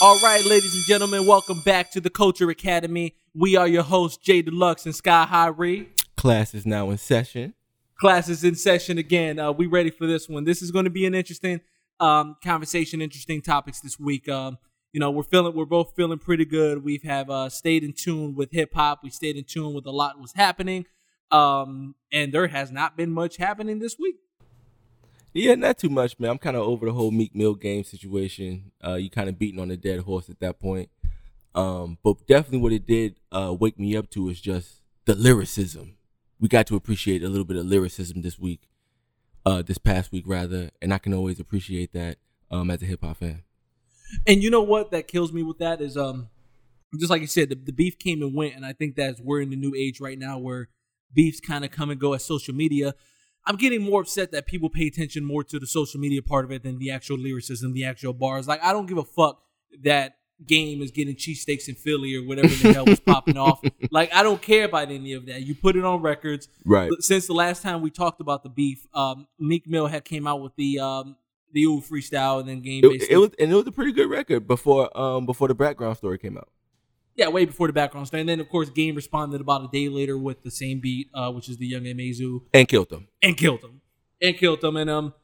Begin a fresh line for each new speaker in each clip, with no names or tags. All right, ladies and gentlemen, welcome back to the Culture Academy. We are your hosts, Jay Deluxe and Sky High Reed.
Class is now in session.
Class is in session again. Uh, we ready for this one. This is going to be an interesting um, conversation, interesting topics this week. Um, you know, we're feeling, we're both feeling pretty good. We have uh, stayed in tune with hip hop. We stayed in tune with a lot was happening, um, and there has not been much happening this week.
Yeah, not too much, man. I'm kind of over the whole Meek Mill game situation. Uh, you kind of beating on a dead horse at that point. Um, but definitely what it did uh, wake me up to is just the lyricism. We got to appreciate a little bit of lyricism this week, uh, this past week rather, and I can always appreciate that um, as a hip hop fan.
And you know what that kills me with that is um just like you said, the, the beef came and went, and I think that's we're in the new age right now where beefs kind of come and go at social media. I'm getting more upset that people pay attention more to the social media part of it than the actual lyricism, the actual bars. Like I don't give a fuck that game is getting cheesesteaks in Philly or whatever the hell was popping off. Like I don't care about any of that. You put it on records.
Right.
Since the last time we talked about the beef, um, Meek Mill had came out with the um, the old freestyle and then game
It,
based.
it was and it was a pretty good record before um before the background story came out.
Yeah, way before the background story. And then, of course, Game responded about a day later with the same beat, uh, which is the Young Amezu,
And killed them.
and killed him, and killed him. And um,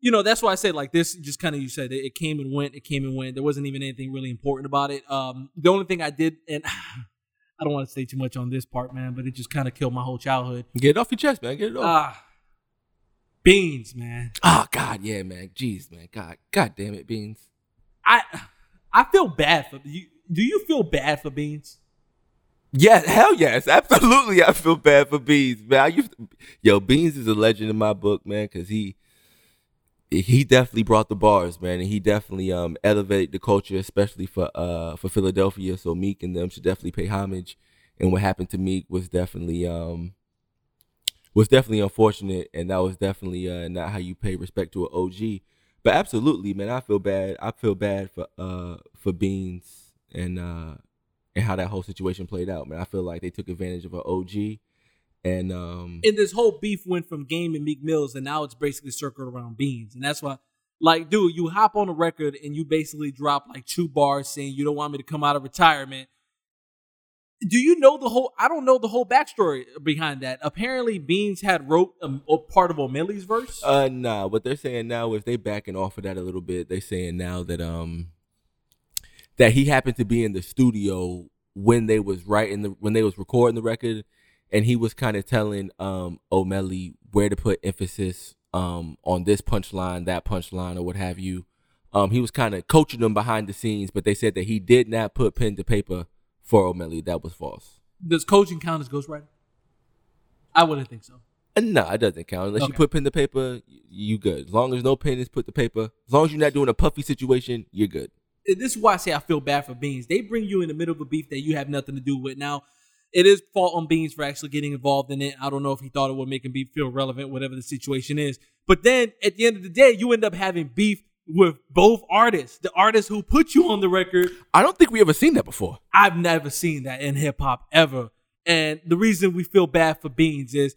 you know, that's why I said like this. Just kind of you said it, it came and went. It came and went. There wasn't even anything really important about it. Um, the only thing I did, and I don't want to say too much on this part, man, but it just kind of killed my whole childhood.
Get it off your chest, man. Get it off.
Ah, beans, man.
Ah, God, yeah, man. Jeez, man. God, God damn it, Beans.
I I feel bad for you. Do you feel bad for beans?
Yeah, hell yes, absolutely. I feel bad for Beans, man. I used to- yo, Beans is a legend in my book, man, because he he definitely brought the bars, man, and he definitely um elevated the culture, especially for uh for Philadelphia. So Meek and them should definitely pay homage. And what happened to Meek was definitely um was definitely unfortunate, and that was definitely uh not how you pay respect to an OG. But absolutely, man, I feel bad. I feel bad for uh for Beans and uh and how that whole situation played out. Man, I feel like they took advantage of an OG, and um,
and this whole beef went from Game and Meek Mills, and now it's basically circled around Beans, and that's why, like, dude, you hop on a record and you basically drop like two bars saying you don't want me to come out of retirement. Do you know the whole? I don't know the whole backstory behind that. Apparently, Beans had wrote a, a part of O'Malley's verse.
uh, nah. What they're saying now is they backing off of that a little bit. They saying now that um, that he happened to be in the studio when they was writing the when they was recording the record, and he was kind of telling um O'Malley where to put emphasis um on this punchline, that punchline, or what have you. Um, he was kind of coaching them behind the scenes, but they said that he did not put pen to paper for O'Malley. That was false.
Does coaching count as ghostwriting? I wouldn't think so.
Uh, No, it doesn't count unless you
Okay.
put pen to paper. y- You good. As long as no pen is put to paper. As long as you're not doing a puffy situation, you're good.
this is why I say I feel bad for Beans. They bring you in the middle of a beef that you have nothing to do with. Now, it is fault on Beans for actually getting involved in it. I don't know if he thought it would make him be, feel relevant, whatever the situation is. But then at the end of the day, you end up having beef with both artists. The artist who put you on the record,
I don't think we ever seen that before.
I've never seen that in hip hop ever. And the reason we feel bad for Beans is,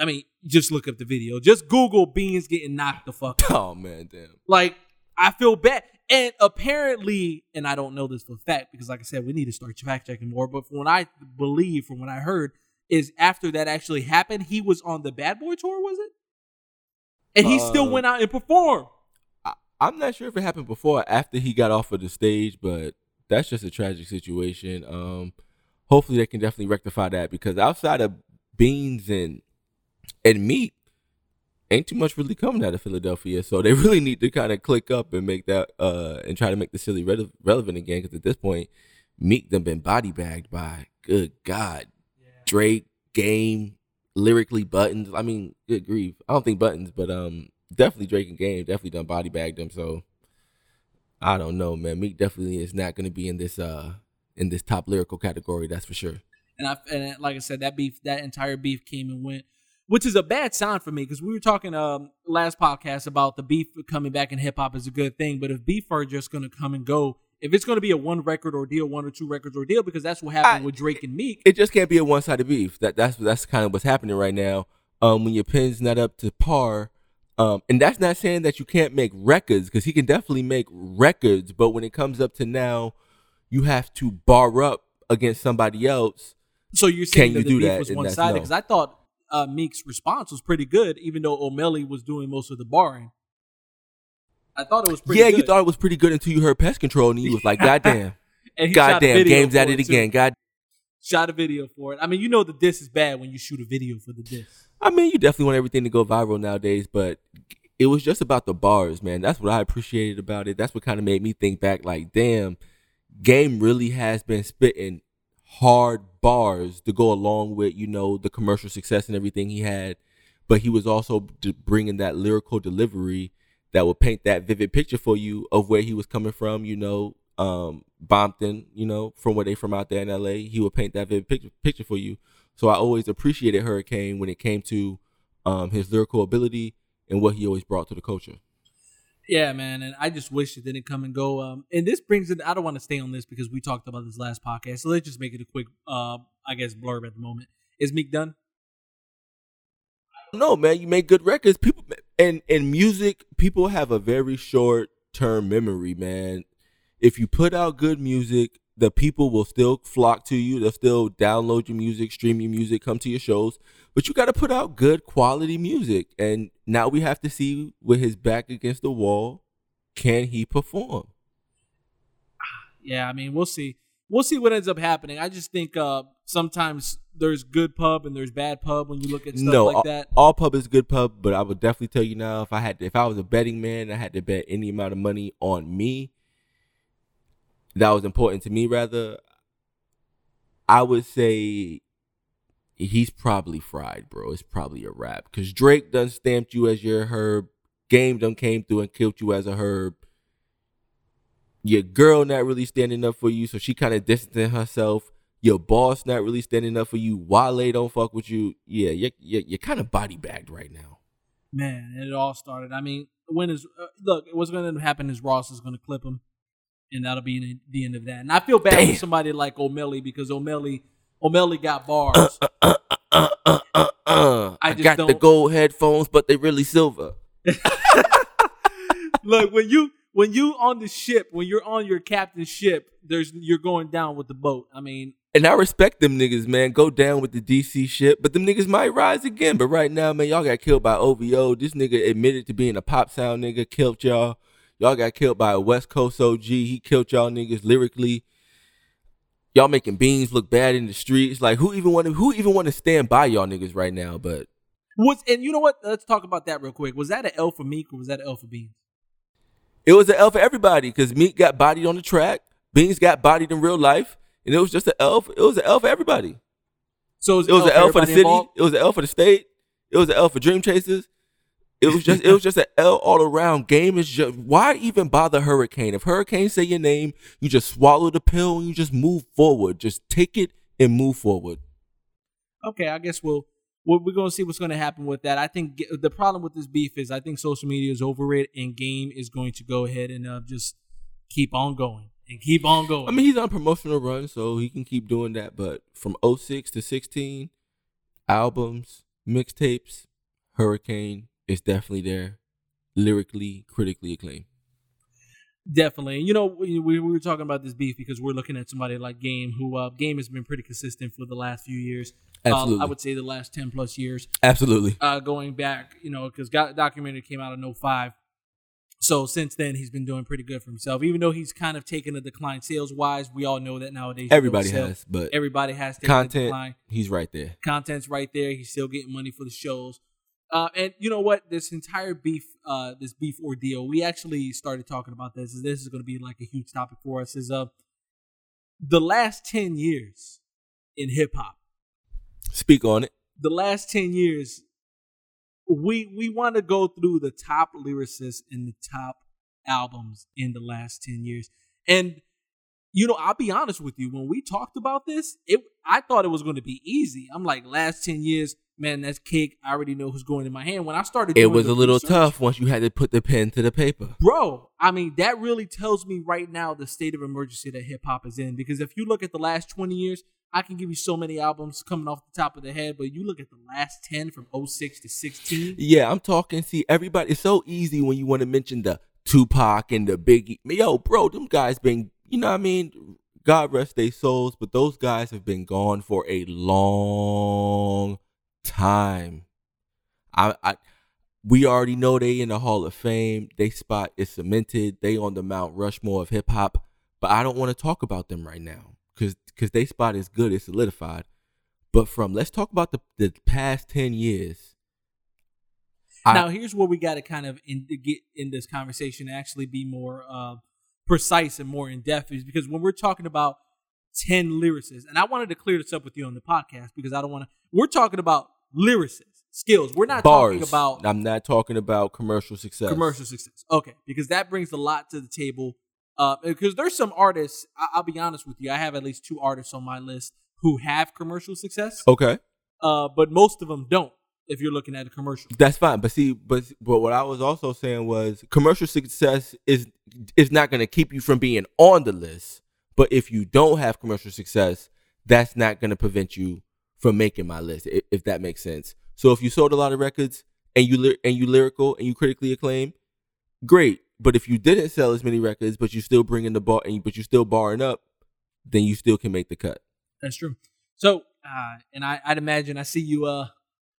I mean, just look up the video. Just Google Beans getting knocked the fuck
Oh man, damn.
like, I feel bad. And apparently, and I don't know this for a fact because, like I said, we need to start fact checking more. But from what I believe, from what I heard, is after that actually happened, he was on the Bad Boy tour, was it? And he still
Uh,
went out and performed.
I, I'm not sure if it happened before or after he got off of the stage, but that's just a tragic situation. Um, hopefully they can definitely rectify that because outside of beans and and meat, ain't too much really coming out of Philadelphia. So they really need to kind of click up and make that uh and try to make the silly re- relevant again because at this point, Meek them been body bagged by good God Drake Game lyrically buttons. I mean, good grief. I don't think buttons, but um, definitely Drake and Game definitely done body bagged them. So I don't know, man. Meek definitely is not going to be in this uh in this top lyrical category. That's for sure.
And I and like I said, that beef, that entire beef came and went, which is a bad sign for me because we were talking um last podcast about the beef coming back in hip hop is a good thing, but if beef are just gonna come and go, if it's gonna be a one record ordeal, one or two records ordeal, because that's what happened
I-
with Drake and Meek.
It just can't be a one sided beef. That that's that's kind of what's happening right now. Um, when your pen's not up to par, Um, and that's not saying that you can't make records because he can definitely make records. But when it comes up to now, you have to bar up against somebody else.
So you're saying
Can
that
you
the
do
beef
that?
was
And
one
that's
sided
no.
because I thought uh, Meek's response was pretty good, even though O'Malley was doing most of the barring. I thought it was pretty.
yeah,
good.
you thought it was pretty good until you heard pest control and you was like, God damn,
And he shot
God
a
damn,
video
game's at
for
it again.
too.
God,
Shot a video for it. I mean, you know the diss is bad when you shoot a video for the diss.
I mean, you definitely want everything to go viral nowadays, but it was just about the bars, man. That's what I appreciated about it. That's what kind of made me think back, like, damn, game really has been spitting hard bars to go along with, you know, the commercial success and everything he had. But he was also d- bringing that lyrical delivery that would paint that vivid picture for you of where he was coming from, you know, um, Bompton, you know, from where they from out there in LA. He would paint that vivid picture, picture for you. So I always appreciated Hurricane when it came to um, his lyrical ability and what he always brought to the culture.
Yeah, man, and I just wish it didn't come and go. Um, and this brings it. I don't want to stay on this because we talked about this last podcast, so let's just make it a quick, uh, I guess, blurb at the moment. Is Meek done?
No, man, you make good records. People and in music, people have a very short term memory, man. If you put out good music, the people will still flock to you. They'll still download your music, stream your music, come to your shows. But you got to put out good quality music. And now we have to see with his back against the wall, can he perform?
yeah, I mean, we'll see. We'll see what ends up happening. I just think uh, sometimes there's good pub and there's bad pub when you look at stuff
no, uh,
like
all,
that.
all pub is good pub, but I would definitely tell you now if I had to, if I was a betting man, I had to bet any amount of money on me that was important to me. Rather, I would say he's probably fried, bro. It's probably a wrap because Drake done stamped you as your herb. Game done came through and killed you as a herb. Your girl not really standing up for you, so she kind of distancing herself your boss not really standing up for you. Wale don't fuck with you. Yeah, you're, you're, you're kind of body bagged right now.
Man, it all started. I mean, when is uh, look? What's going to happen is Ross is going to clip him, and that'll be the- the end of that. And I feel bad for
Damn.
somebody like O'Malley because O'Malley, O'Malley got bars.
Uh, uh, uh, uh, uh.
I
I,
just
got the
don't-
gold headphones, but they really silver.
look, when you when you on the ship, when you're on your captain's ship, there's you're going down with the boat. I mean,
And I respect them niggas, man. Go down with the DC shit, but them niggas might rise again. But right now, man, y'all got killed by OVO. This nigga admitted to being a pop sound nigga, killed y'all. Y'all got killed by a West Coast OG. He killed y'all niggas lyrically. Y'all making beans look bad in the streets. Like who even want to who even want to stand by y'all niggas right now? But
was and you know what? Let's talk about that real quick. Was that an L for Meek or was that an L for Beans?
It was an L for everybody because Meek got bodied on the track, Beans got bodied in real life, and it was just an L. For, it was an L for everybody.
So it
It was an L for the
everybody
city.
involved?
It was an L for the state. It was an L for Dream Chasers. It was just it was just an L all around. Game is just why even bother Hurricane? If Hurricane say your name, you just swallow the pill and you just move forward. Just take it and move forward.
okay, I guess we'll we're, we're gonna see what's gonna happen with that. I think g- the problem with this beef is I think social media is over it, and Game is going to go ahead and uh, just keep on going and keep on going.
I mean, he's on promotional run, so he can keep doing that. But from 06 to 16, albums, mixtapes, Hurricane is definitely there. Lyrically, critically acclaimed.
definitely. And you know, we, we we were talking about this beef because we're looking at somebody like Game, who uh, Game has been pretty consistent for the last few years. Um,
Absolutely.
I would say the last ten plus years.
Absolutely.
uh, going back, you know, because documentary came out in 05. So since then, he's been doing pretty good for himself. Even though he's kind of taken a decline sales wise, we all know that nowadays. you know,
Everybody
sales-
has, but
Everybody has taken a decline.
content, he's right there.
Content's right there. He's still getting money for the shows. Uh, and you know what? This entire beef, uh, this beef ordeal, we actually started talking about this. This is going to be like a huge topic for us. Is uh, the last ten years in hip hop
Speak on it.
the last 10 years we we want to go through the top lyricists and the top albums in the last 10 years and you know i'll be honest with you when we talked about this it i thought it was going to be easy i'm like last 10 years man that's cake i already know who's going in my hand when i started
It
doing
was
the
a little
research-
tough once you had to put the pen to the paper.
bro i mean that really tells me right now the state of emergency that hip-hop is in because if you look at the last 20 years I can give you so many albums coming off the top of the head, but you look at the last 10 from 06 to 16.
Yeah, I'm talking. See, everybody, it's so easy when you want to mention the Tupac and the Biggie. Yo, bro, them guys been, you know what I mean? God rest their souls, but those guys have been gone for a long time. I, I we already know they in the Hall of Fame. They spot is cemented. They on the Mount Rushmore of hip hop. But I don't want to talk about them right now because because they spot is good. It's solidified. But from let's talk about the the past ten years. I-
now, here's where we got to kind of in, to get in this conversation, actually be more uh, precise and more in depth, is because when we're talking about 10 lyricists, and I wanted to clear this up with you on the podcast because I don't want to, we're talking about lyricists, skills. We're not
bars.
talking about
I'm not talking about commercial success.
commercial success. Okay, because that brings a lot to the table. Uh, because there's some artists. I- I'll be honest with you. I have at least two artists on my list who have commercial success,
Okay,
uh, but most of them don't. If you're looking at a commercial,
that's fine. But see, but but what I was also saying was commercial success is is not going to keep you from being on the list. But if you don't have commercial success, that's not going to prevent you from making my list. If, if that makes sense. So if you sold a lot of records and you ly- and you lyrical and you critically acclaimed, great. But if you didn't sell as many records, but you still bringing the bar and but you still barring up, then you still can make the cut.
that's true. So, uh, and I, I'd imagine I see you. Uh,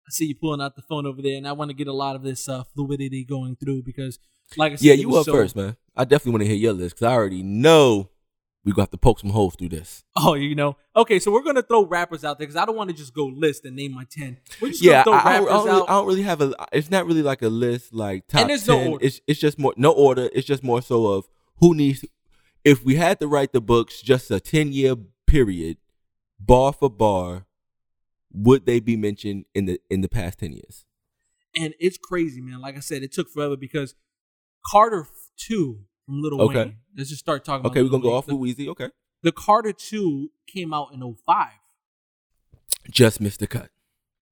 I see you pulling out the phone over there, and I want to get a lot of this uh, fluidity going through because, like I said,
Yeah,
it
you
was
up
so-
first, man. I definitely want to hear your list because I already know we gonna have to poke some holes through this.
Oh, you know. Okay, so we're gonna throw rappers out there because I don't want to just go list and name my ten. We're just
Yeah,
gonna throw
I, I,
rappers
don't, I, don't really,
out.
I don't really have a. It's not really like a list like top
And there's no
ten.
order.
it's it's just more no order. It's just more so of who needs. If we had to write the books, just a ten year period, bar for bar, would they be mentioned in the in the past ten years?
and it's crazy, man. Like I said, it took forever because Carter Two from Little
Okay.
Wayne. Let's just start talking.
Okay, we're
about
gonna
Lil
go
Wayne.
off with Weezy. Okay,
The, the Carter Two came out in 05.
just missed the cut.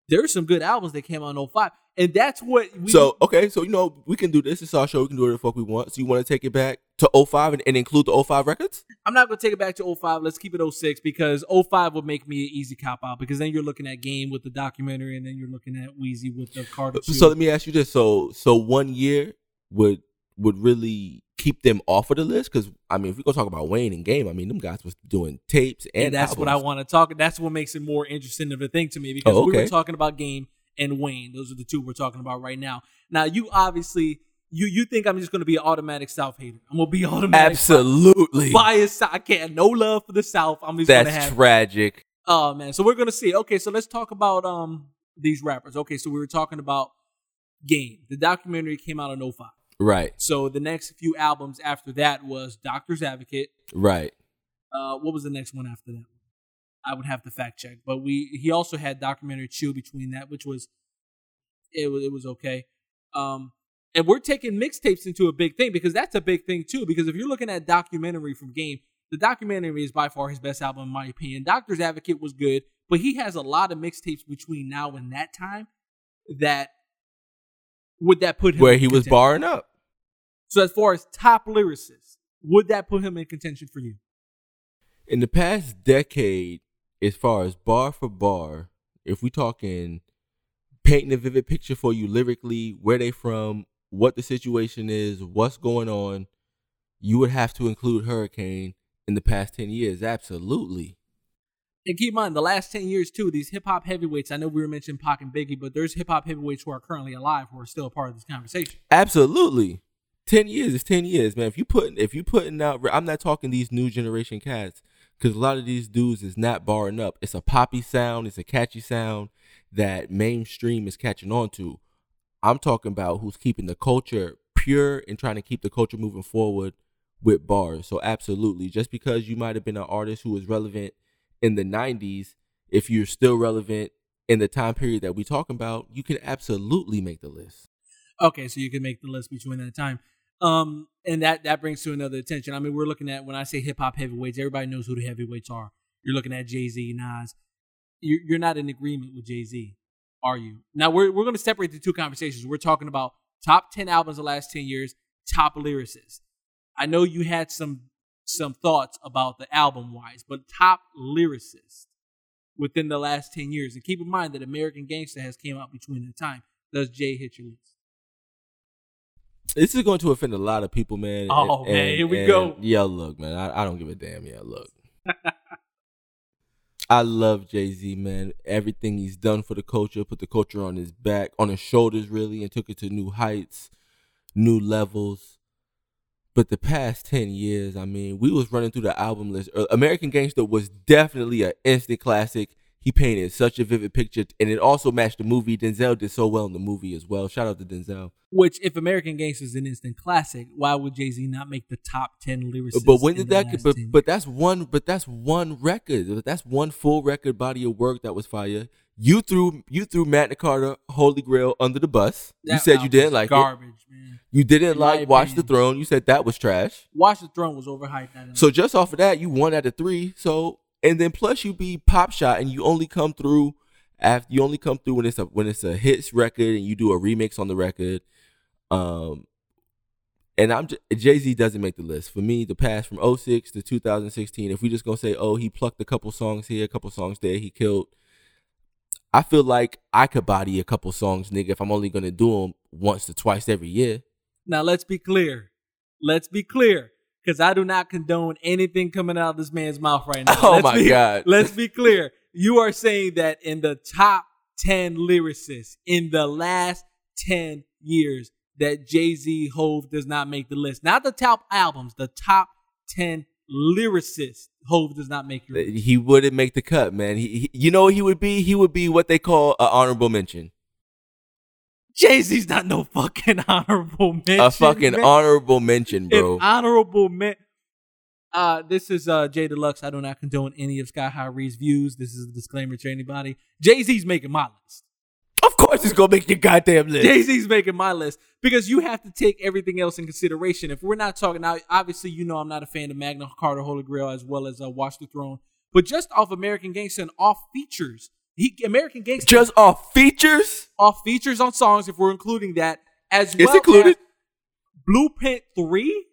There are some good albums that came out in 05. and that's what we.
so okay, so you know we can do this. It's our show. We can do whatever the fuck we want. So you want to take it back to 05 and, and include the 05 records?
I'm not gonna take it back to 05. Let's keep it 06 because 05 would make me an easy cop out because then you're looking at Game with the documentary and then you're looking at Wheezy with the Carter Two.
Uh, So let me ask you this: so so one year would would really keep them off of the list? Because I mean, if we go talk about Wayne and Game, I mean, them guys was doing tapes and,
and, that's what I
albums.
want to talk. That's what makes it more interesting of a thing to me because
Oh,
we were
okay.
talking about Game and Wayne. Those are the two we're talking about right now. Now you obviously you you think I'm just going to be an automatic South hater. I'm gonna be automatic
Absolutely,
biased. South- I can't no love for the South. I'm just gonna
that's
have.
tragic.
oh man, so we're gonna see. Okay, so let's talk about um these rappers. Okay, so we were talking about Game. The documentary came out in 05.
Right,
So the next few albums after that was Doctor's Advocate.
right.
Uh, what was the next one after that? I would have to fact check, but we he also had documentary chill between that, which was it was it was okay. Um, and we're taking mixtapes into a big thing because that's a big thing too. Because if you're looking at documentary from Game, the documentary is by far his best album in my opinion. Doctor's Advocate was good, but he has a lot of mixtapes between now and that time that would that put him
Where
in
he was
contention?
barring up.
So as far as top lyricists, would that put him in contention for you?
in the past decade, as far as bar for bar, if we talking painting a vivid picture for you lyrically, where they from, what the situation is, what's going on, you would have to include Hurricane in the past ten years. Absolutely.
And keep in mind, the last 10 years, too, these hip hop heavyweights, I know we were mentioning Pac and Biggie, but there's hip hop heavyweights who are currently alive who are still a part of this conversation.
Absolutely. Ten years is ten years, man. If you putting if you putting out, I'm not talking these new generation cats, because a lot of these dudes is not barring up. It's a poppy sound. It's a catchy sound that mainstream is catching on to. I'm talking about who's keeping the culture pure and trying to keep the culture moving forward with bars. So absolutely, just because you might have been an artist who was relevant in the '90s, if you're still relevant in the time period that we talking about, you can absolutely make the list.
Okay, so you can make the list between that time. Um, and that, that brings to another attention. I mean, we're looking at, when I say hip hop heavyweights, everybody knows who the heavyweights are. You're looking at Jay Z, Nas. You're, you're not in agreement with Jay Z, are you? Now, we're, we're going to separate the two conversations. We're talking about top 10 albums the last 10 years, top lyricists. I know you had some some thoughts about the album wise, but top lyricist within the last 10 years. And keep in mind that American Gangster has came out between the time. Does Jay hit your list?
This is going to offend a lot of people, man.
Oh, man, here we go.
Yeah, look, man, I, I don't give a damn. Yeah, look. I love Jay Z, man. Everything he's done for the culture, put the culture on his back, on his shoulders, really, and took it to new heights, new levels. But the past ten years, I mean, we was running through the album list. ear- American Gangster was definitely an instant classic. He painted such a vivid picture, and it also matched the movie. Denzel did so well in the movie as well. Shout out to Denzel.
Which, if American Gangster is an instant classic, why would Jay Z not make the top 10 lyricists?
But when
in
did
the
that?
last
But
10
but that's one. But that's one record. That's one full record body of work that was fire. You threw you threw Magna Carta, Holy Grail under the bus. you
That
said you
album
didn't
was
like it.
garbage, man.
You didn't
in my
like Watch the
opinion.
Throne. You said that was trash.
Watch the Throne was overhyped. That
So just off of that, you one out of three. So and then plus you be pop shot, and you only come through after you only come through when it's a when it's a hits record, and you do a remix on the record. Um, and I'm Jay Z doesn't make the list for me. The pass from 06 to 2016. If we just gonna say, oh, he plucked a couple songs here, a couple songs there, he killed. I feel like I could body a couple songs, nigga, if I'm only gonna do them once or twice every year.
Now let's be clear. Let's be clear. Because I do not condone anything coming out of this man's mouth right now.
Oh
Let's
my
be-
God.
Let's be clear. You are saying that in the top 10 lyricists in the last 10 years that Jay-Z Hove does not make the list. Not the top albums, the top 10 lyricists Hove does not make your list.
he wouldn't make the cut, man. He, he- you know, what he would be he would be what they call an honorable mention,
Jay-Z's not no fucking honorable mention.
a fucking
man.
honorable mention, bro.
An honorable man. Uh, this is uh, Jay Deluxe. I do not condone any of Sky High Reed's views. This is a disclaimer to anybody. Jay Z's making my list.
of course, it's gonna make your goddamn list.
Jay Z's making my list because you have to take everything else in consideration. If we're not talking now, obviously you know I'm not a fan of Magna Carta, Holy Grail, as well as uh, Watch the Throne. But just off American Gangsta and off features, he American Gangsta
Just off features,
off features on songs. If we're including that, as
It's
well
included.
as Blueprint Three.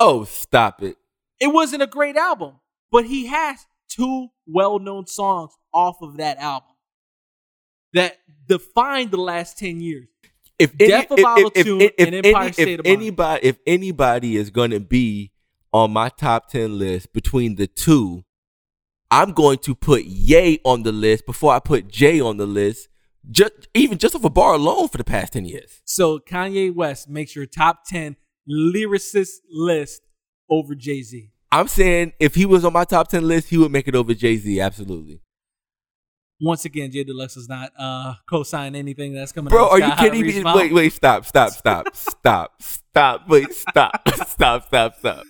oh stop it.
It wasn't a great album, but he has two well known songs off of that album that defined the last 10 years.
If
Death of Solitude and Empire
any-
State
if
of Mind.
anybody if anybody is gonna be on my top ten list between the two, I'm going to put Ye on the list before I put Jay on the list. Just even just off a bar alone for the past ten years.
So Kanye West makes your top 10 lyricist list over Jay Z.
I'm saying if he was on my top ten list, he would make it over Jay Z. Absolutely,
Once again, Jay Deluxe is not uh, co sign anything that's coming
bro.
out.
Are
of
you
Sky High
kidding
Reed's
me?
mouth.
Wait, wait, stop, stop, stop, stop, stop. Wait, stop, stop, stop, stop.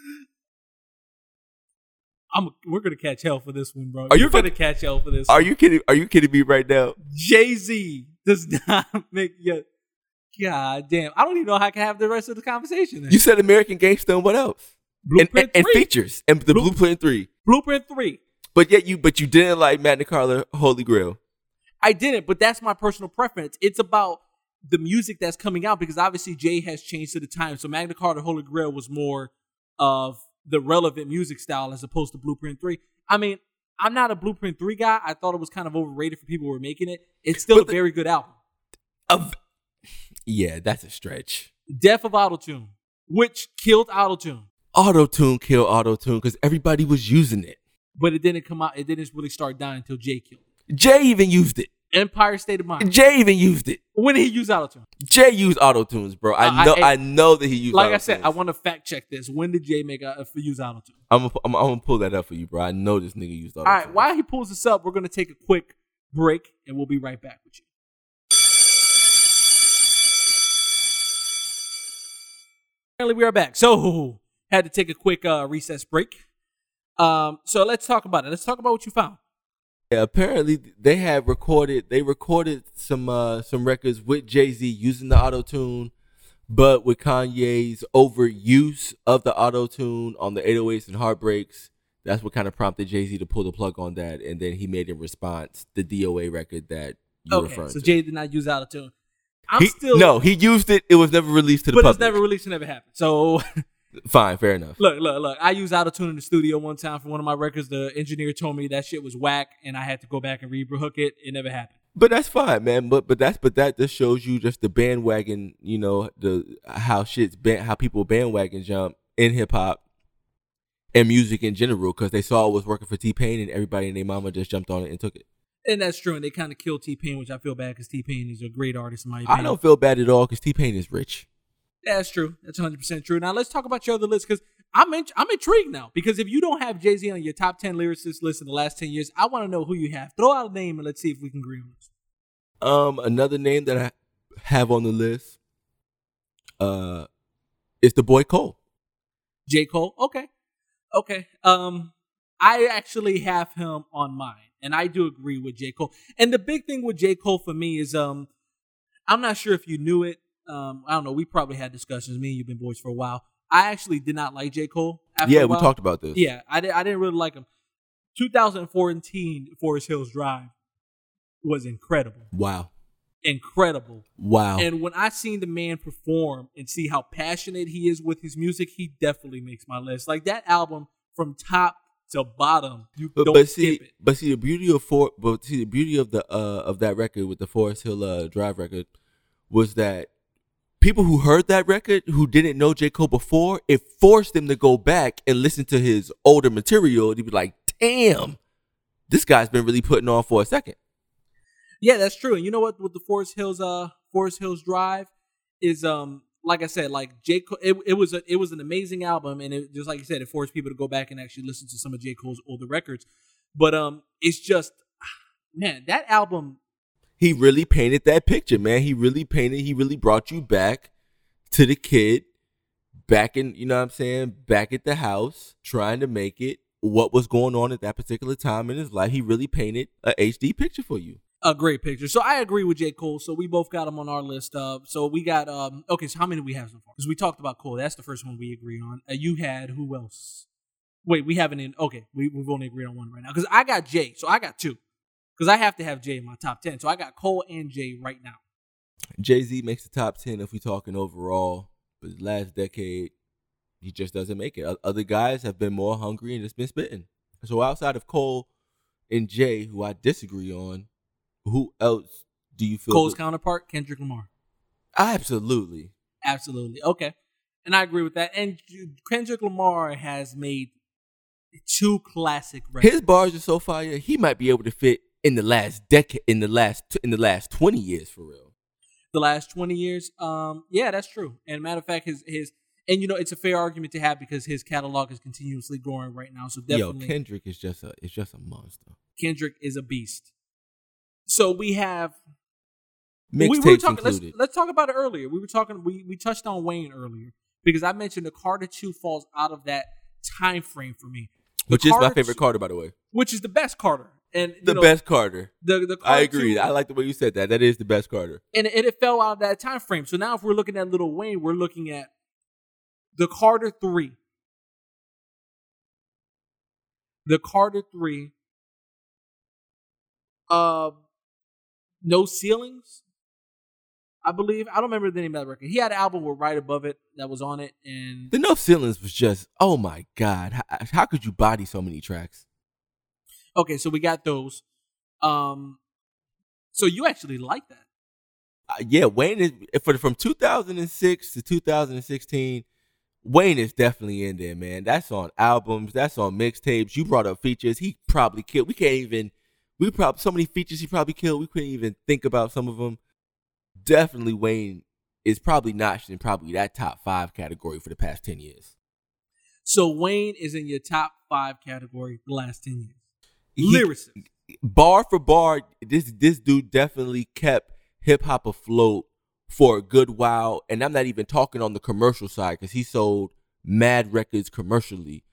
I'm, we're going to catch hell for this one, bro.
Are you
You're going to
fuck-
catch hell for this
Are you kidding? Are you kidding me right now?
Jay Z does not make your. God damn. I don't even know how I can have the rest of the conversation. then.
You said American Gangster and what else? And, and,
Blueprint
and
three.
features and the
Blue-
Blueprint Three.
Blueprint three.
But yet you, but you didn't like Magna Carta Holy Grail.
I didn't, but that's my personal preference. It's about the music that's coming out because obviously Jay has changed to the time. So Magna Carta Holy Grail was more of the relevant music style as opposed to Blueprint three. I mean, I'm not a Blueprint three guy. I thought it was kind of overrated for people who were making it. It's still
But
a
the-
very good album.
Of, yeah, that's a stretch.
Death of Autotune, which killed Autotune,
Auto tune kill auto tune because everybody was using it.
but it didn't come out. It didn't really start dying until Jay killed. it.
Jay even used it.
Empire State of Mind.
Jay even used it.
When did he use Autotune?
Jay used auto tunes, bro. I
Uh, I-
know. I,
I-
know that he used.
Like I said,
auto-tunes.
I want to fact check this. When did Jay make a, a use Autotune?
I'm gonna, I'm, I'm gonna pull that up for you, bro. I know this nigga used all.
All right, while he pulls this up, we're going to take a quick break and we'll be right back with you. Apparently, we are back. So, had to take a quick uh, recess break. Um, so, let's talk about it. Let's talk about what you found.
Yeah, apparently they had recorded. They recorded some uh some records with Jay Z using the auto tune, but with Kanye's overuse of the auto tune on the 808s and heartbreaks. That's what kind of prompted Jay Z to pull the plug on that, and then he made in response the DOA record that you
okay,
referring
so
to.
Jay did not use out of tune. I'm
He-
still
no, he used it. It was never released to the
but
public.
it's never released and never happened. So
Fine, fair enough.
Look, look, look. I used autotune in the studio one time for one of my records. The engineer told me that shit was whack, and I had to go back and re-hook it. It never happened.
But that's fine, man. But but that's but that just shows you just the bandwagon, you know, the how shit's ban- how people bandwagon jump in hip hop and music in general because they saw it was working for T Pain and everybody and their mama just jumped on it and took it.
And that's true. And they kind of killed T Pain, which I feel bad because T Pain is a great artist in my opinion.
I don't feel bad at all because T Pain is rich.
That's true. That's 100 percent true. Now let's talk about your other list because I'm in, I'm intrigued now because if you don't have Jay Z on your top 10 lyricists list in the last 10 years, I want to know who you have. Throw out a name and let's see if we can agree on this.
Um, another name that I have on the list, uh, is the boy Cole.
J Cole. Okay, okay. Um, I actually have him on mine, and I do agree with J Cole. And the big thing with J Cole for me is um, I'm not sure if you knew it. Um, I don't know. We probably had discussions. Me and you've been boys for a while. I actually did not like J Cole. after
yeah,
a
we
while.
talked about this.
Yeah, I, di- I didn't really like him. 2014 Forest Hills Drive was incredible.
Wow.
Incredible.
Wow.
And when I seen the man perform and see how passionate he is with his music, he definitely makes my list. Like that album from top to bottom, you
but,
don't
but see,
skip it.
but see the beauty of for, but see the beauty of the uh of that record with the Forest Hill uh, Drive record was that people who heard that record who didn't know J Cole before, it forced them to go back and listen to his older material. And he'd be like, "Damn, this guy's been really putting on for a second.
Yeah, that's true. And you know what? With the Forest Hills, uh, Forest Hills Drive is um, like I said, like J Cole, it, it was a, it was an amazing album, and it just like you said, it forced people to go back and actually listen to some of J Cole's older records. But um, it's just man, that album
He really painted that picture, man. He really painted. He really brought you back to the kid, back in you know what I'm saying, back at the house, trying to make it. What was going on at that particular time in his life? He really painted a HD picture for you.
a great picture. So I agree with J. Cole. So we both got him on our list. Uh, so we got um okay. So how many do we have so far? Because we talked about Cole. That's the first one we agree on. Uh, you had who else? Wait, we haven't. In, okay, we, we've only agreed on one right now. Because I got Jay, so I got two. Because I have to have Jay in my top ten. So I got Cole and Jay right now.
Jay Z makes the top ten if we talking overall, but the last decade, he just doesn't make it. O- Other guys have been more hungry and just been spitting. So outside of Cole and Jay, who I disagree on, who else do you feel?
Cole's counterpart, Kendrick Lamar.
Absolutely.
Absolutely. Okay. And I agree with that. And J- Kendrick Lamar has made two classic records.
His bars are so fire. He might be able to fit in the last decade, in the last in the last twenty years for real.
the last 20 years. Um, yeah, that's true. And matter of fact, his his and you know it's a fair argument to have because his catalog is continuously growing right now. So definitely
Yo, Kendrick is just a is just a monster.
Kendrick is a beast. So we have we, we were
Mixtapes
talking. Let's,
included.
let's talk about it earlier. We were talking. We we touched on Wayne earlier because I mentioned the Carter Two falls out of that time frame for me, The
which is my
Carter
favorite
two-
Carter, by the way.
which is the best Carter and you
The
know,
best Carter.
The the
I
Carter
agree.
II-
I like the way you said that. That is the best Carter.
and it, it fell out of that time frame. So now, if we're looking at Little Wayne, we're looking at the Carter Three, the Carter Three, uh, No Ceilings. I believe I don't remember the name of that record. He had an album with right above it that was on it, and
The No Ceilings was just oh my god. How, how could you body so many tracks?
okay, so we got those. Um, so you actually like that?
Uh, yeah, Wayne is for from 2006 to 2016. Wayne is definitely in there, man. That's on albums. That's on mixtapes. You brought up features. He probably killed. We can't even. We probably so many features he probably killed. We couldn't even think about some of them. Definitely, Wayne is probably notched in probably that top five category for the past ten years.
So Wayne is in your top five category the last ten years.
He-
Lyricist.
bar for bar, this this dude definitely kept hip hop afloat for a good while. And I'm not even talking on the commercial side because he sold mad records commercially.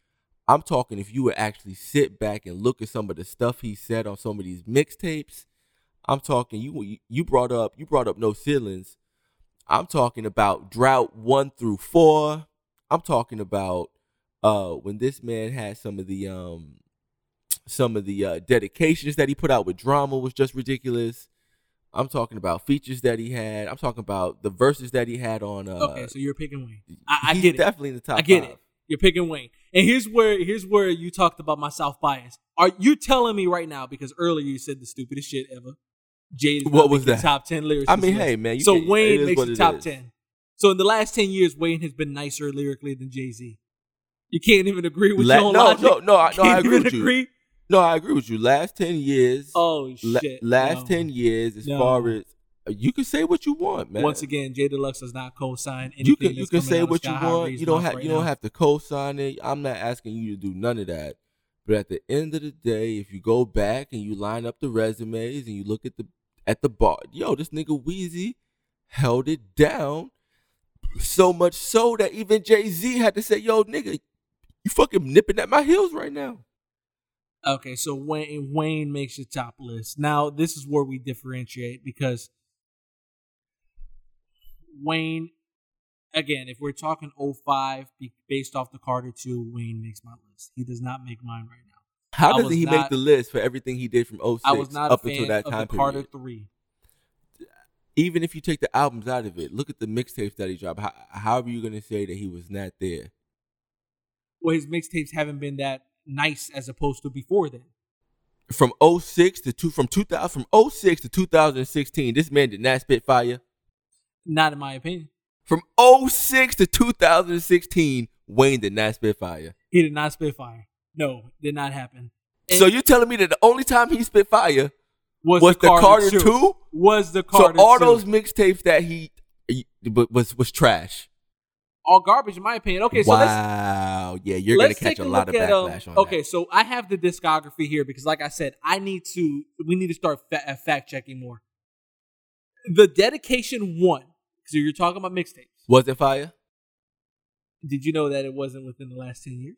I'm talking if you would actually sit back and look at some of the stuff he said on some of these mixtapes. I'm talking you you brought up you brought up no ceilings. I'm talking about drought one through four. I'm talking about uh when this man had some of the um some of the uh, dedications that he put out with drama was just ridiculous. I'm talking about features that he had. I'm talking about the verses that he had on. Uh,
okay, so you're picking Wayne. I, I
he's
get it.
definitely in the top.
I get
five.
it. You're picking Wayne. And here's where here's where you talked about my South bias. Are you telling me right now because earlier you said the stupidest shit ever? Jade is
What
not
was
making
that?
top ten lyricists.
I mean,
list.
hey man. You
so
can- it
Wayne
is
makes
what
the
it
top
is.
ten. So in the last ten years, Wayne has been nicer lyrically than Jay Z. You can't even agree with
La-
your own
no,
logic.
no, no, I, no,
can't
I agree
even
with you.
agree.
No, I agree with you. Last ten years,
Oh
la-
shit!
last
No.
ten years, as
No.
far as uh, you can say what you want, man.
Once again, Jay Deluxe does not co-sign anything.
you can you
that's
can
coming
say
out of
what you
Sky High
want.
Raised
You don't
Mouth
have
right
you don't
now.
have to co-sign it. I'm not asking you to do none of that. But at the end of the day, if you go back and you line up the resumes and you look at the at the bar, yo, this nigga Wheezy held it down so much so that even Jay Z had to say, "Yo, nigga, you fucking nipping at my heels right now."
Okay, so Wayne Wayne makes the top list. Now this is where we differentiate because Wayne, again, if we're talking 05 be- based off the Carter two, Wayne makes my list. He does not make mine right now. I
How does
was
he
not-
make the list for everything he did from 06
I was not
up
a fan
until that
of
time
the Carter
period?
three.
Even if you take the albums out of it, look at the mixtapes that he dropped. How, how are you gonna say that he was not there?
Well, his mixtapes haven't been that nice as opposed to before then.
from 06 to two from 2000 from 06 to 2016 this man did not spit fire
Not in my opinion.
from 06 to 2016 wayne did not spit fire
He did not spit fire. No, did not happen.
so you're telling me that the only time he spit fire
was,
was the Carter
two?
two?
Was the
so
Carter
all
two.
those mixtapes that he but was was trash
all garbage in my opinion. Okay, so let's
wow yeah you're gonna
Let's
catch
take
a lot of
look at, um,
backlash on
okay,
that
so I have the discography here because, like I said, I need to. We need to start fa- fact checking more. The dedication one. So you're talking about mixtapes.
was it fire
Did you know that it wasn't within the last ten years?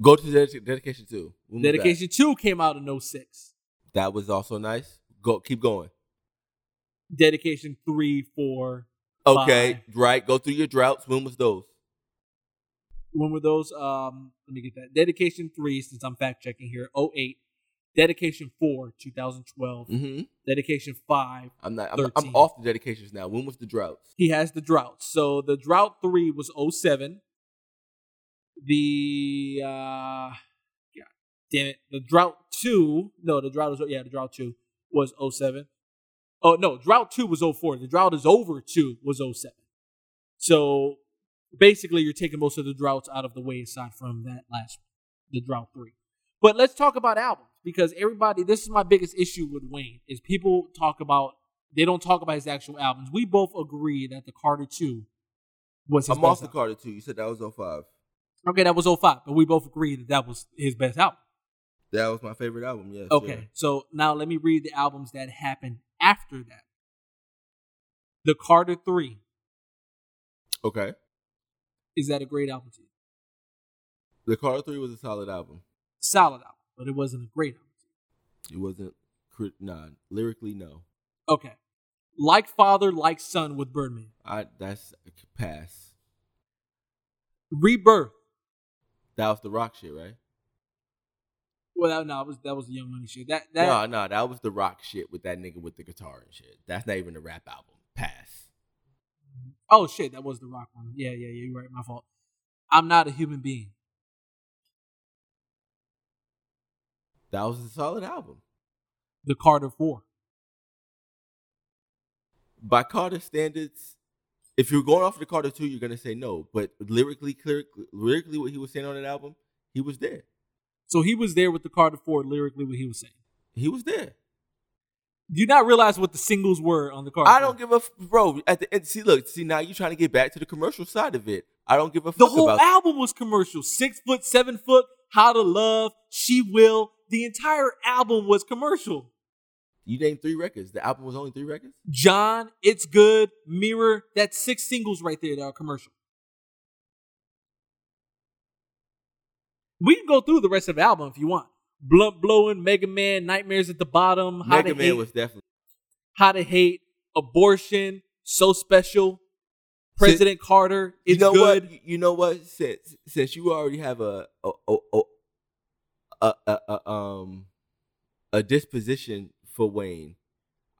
go to Dedica- dedication two When was that?
dedication two came out in 06.
that was also nice go keep going
Dedication three, four.
okay right go through your droughts when was those
When were those? Um, let me get that. Dedication three, since I'm fact checking here, 08. Dedication four, 2012.
mm-hmm
Dedication five,
I'm not. I'm, I'm
13.
off the dedications now. When was the droughts?
he has the drought. So the drought three was 07. The uh God damn it. The drought two. No, the drought was yeah, the drought two was 07. Oh no, drought two was 04. The drought is over two was 07. So basically you're taking most of the droughts out of the way aside from that last the drought three. But let's talk about albums because everybody this is my biggest issue with Wayne is people talk about they don't talk about his actual albums. We both agree that the Carter 2 was his
I'm
best
off the
album.
Carter too. You said that was 05.
Okay, that was 05, but we both agreed that that was his best album.
That was my favorite album. Yes.
Okay,
yeah.
so now let me read the albums that happened after that. The Carter 3,
Okay.
is that a great album to you?
The Carter three was a solid album.
Solid album, but it wasn't a great album.
It wasn't. Crit- nah. Lyrically, no.
Okay. Like Father, Like Son with Birdman.
I. That's a c- pass.
Rebirth.
That was the rock shit, right?
Well, no, that was that was the Young Money shit. That that
no, no, that was the rock shit with that nigga with the guitar and shit. That's not even a rap album. Pass.
oh shit, that was the Rock one. Yeah, yeah, yeah. You're right. My fault. I'm not a human being.
That was a solid album.
The Carter Four.
by Carter standards, if you're going off the Carter two, you're gonna say no. But lyrically, clear, lyrically, what he was saying on that album, he was there.
So he was there with the Carter Four lyrically what he was saying.
He was there.
Do you not realize what the singles were on the Carter?
I don't
Four?
give a f- bro. At the end, see, look, see, now you're trying to get back to the commercial side of it. I don't give a
the
fuck
whole
about
album was commercial. Six foot, seven foot, How to Love, She Will. The entire album was commercial.
you. Named three records. The album was only three records.
John, It's Good, Mirror. That's six singles right there that are commercial. We can go through the rest of the album if you want. Blunt blowing, Mega Man, Nightmares at the bottom, How
Mega
to
Man
Hate,
was definitely
How to Hate, Abortion, So Special, President Carter,
You
It's
know
Good.
what? You- You know what? Since since you already have a a a, a, a, a, a um a disposition for Wayne,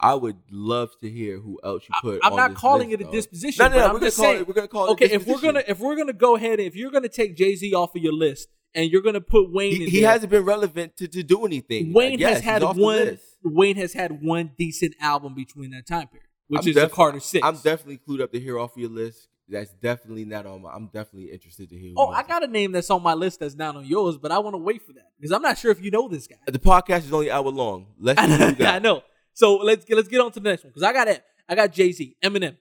I would love to hear who else you put.
I'm
on
not
this
calling
list,
it a
though.
disposition.
No, no,
but
no.
I'm
we're gonna
just
call
saying,
it. We're gonna call it. a
okay, if we're
disposition.
gonna if we're gonna go ahead and if you're gonna take Jay Z off of your list and you're gonna put Wayne,
he,
in
he
there,
hasn't been relevant to, to do anything. I
Wayne
guess.
has had
He's off the
one.
list.
Wayne has had one decent album between that time period, which
I'm
is the
def-
Carter Six.
I'm definitely clued up to hear off your list. That's definitely not on my. I'm definitely interested to hear. who
oh, I
else-
got a name that's on my list that's not on yours, but I want to wait for that because I'm not sure if you know this guy.
The podcast is only hour long. Let's see who you
I
got.
know. So let's get, let's get on to the next one because I got it. I got Jay Z, Eminem.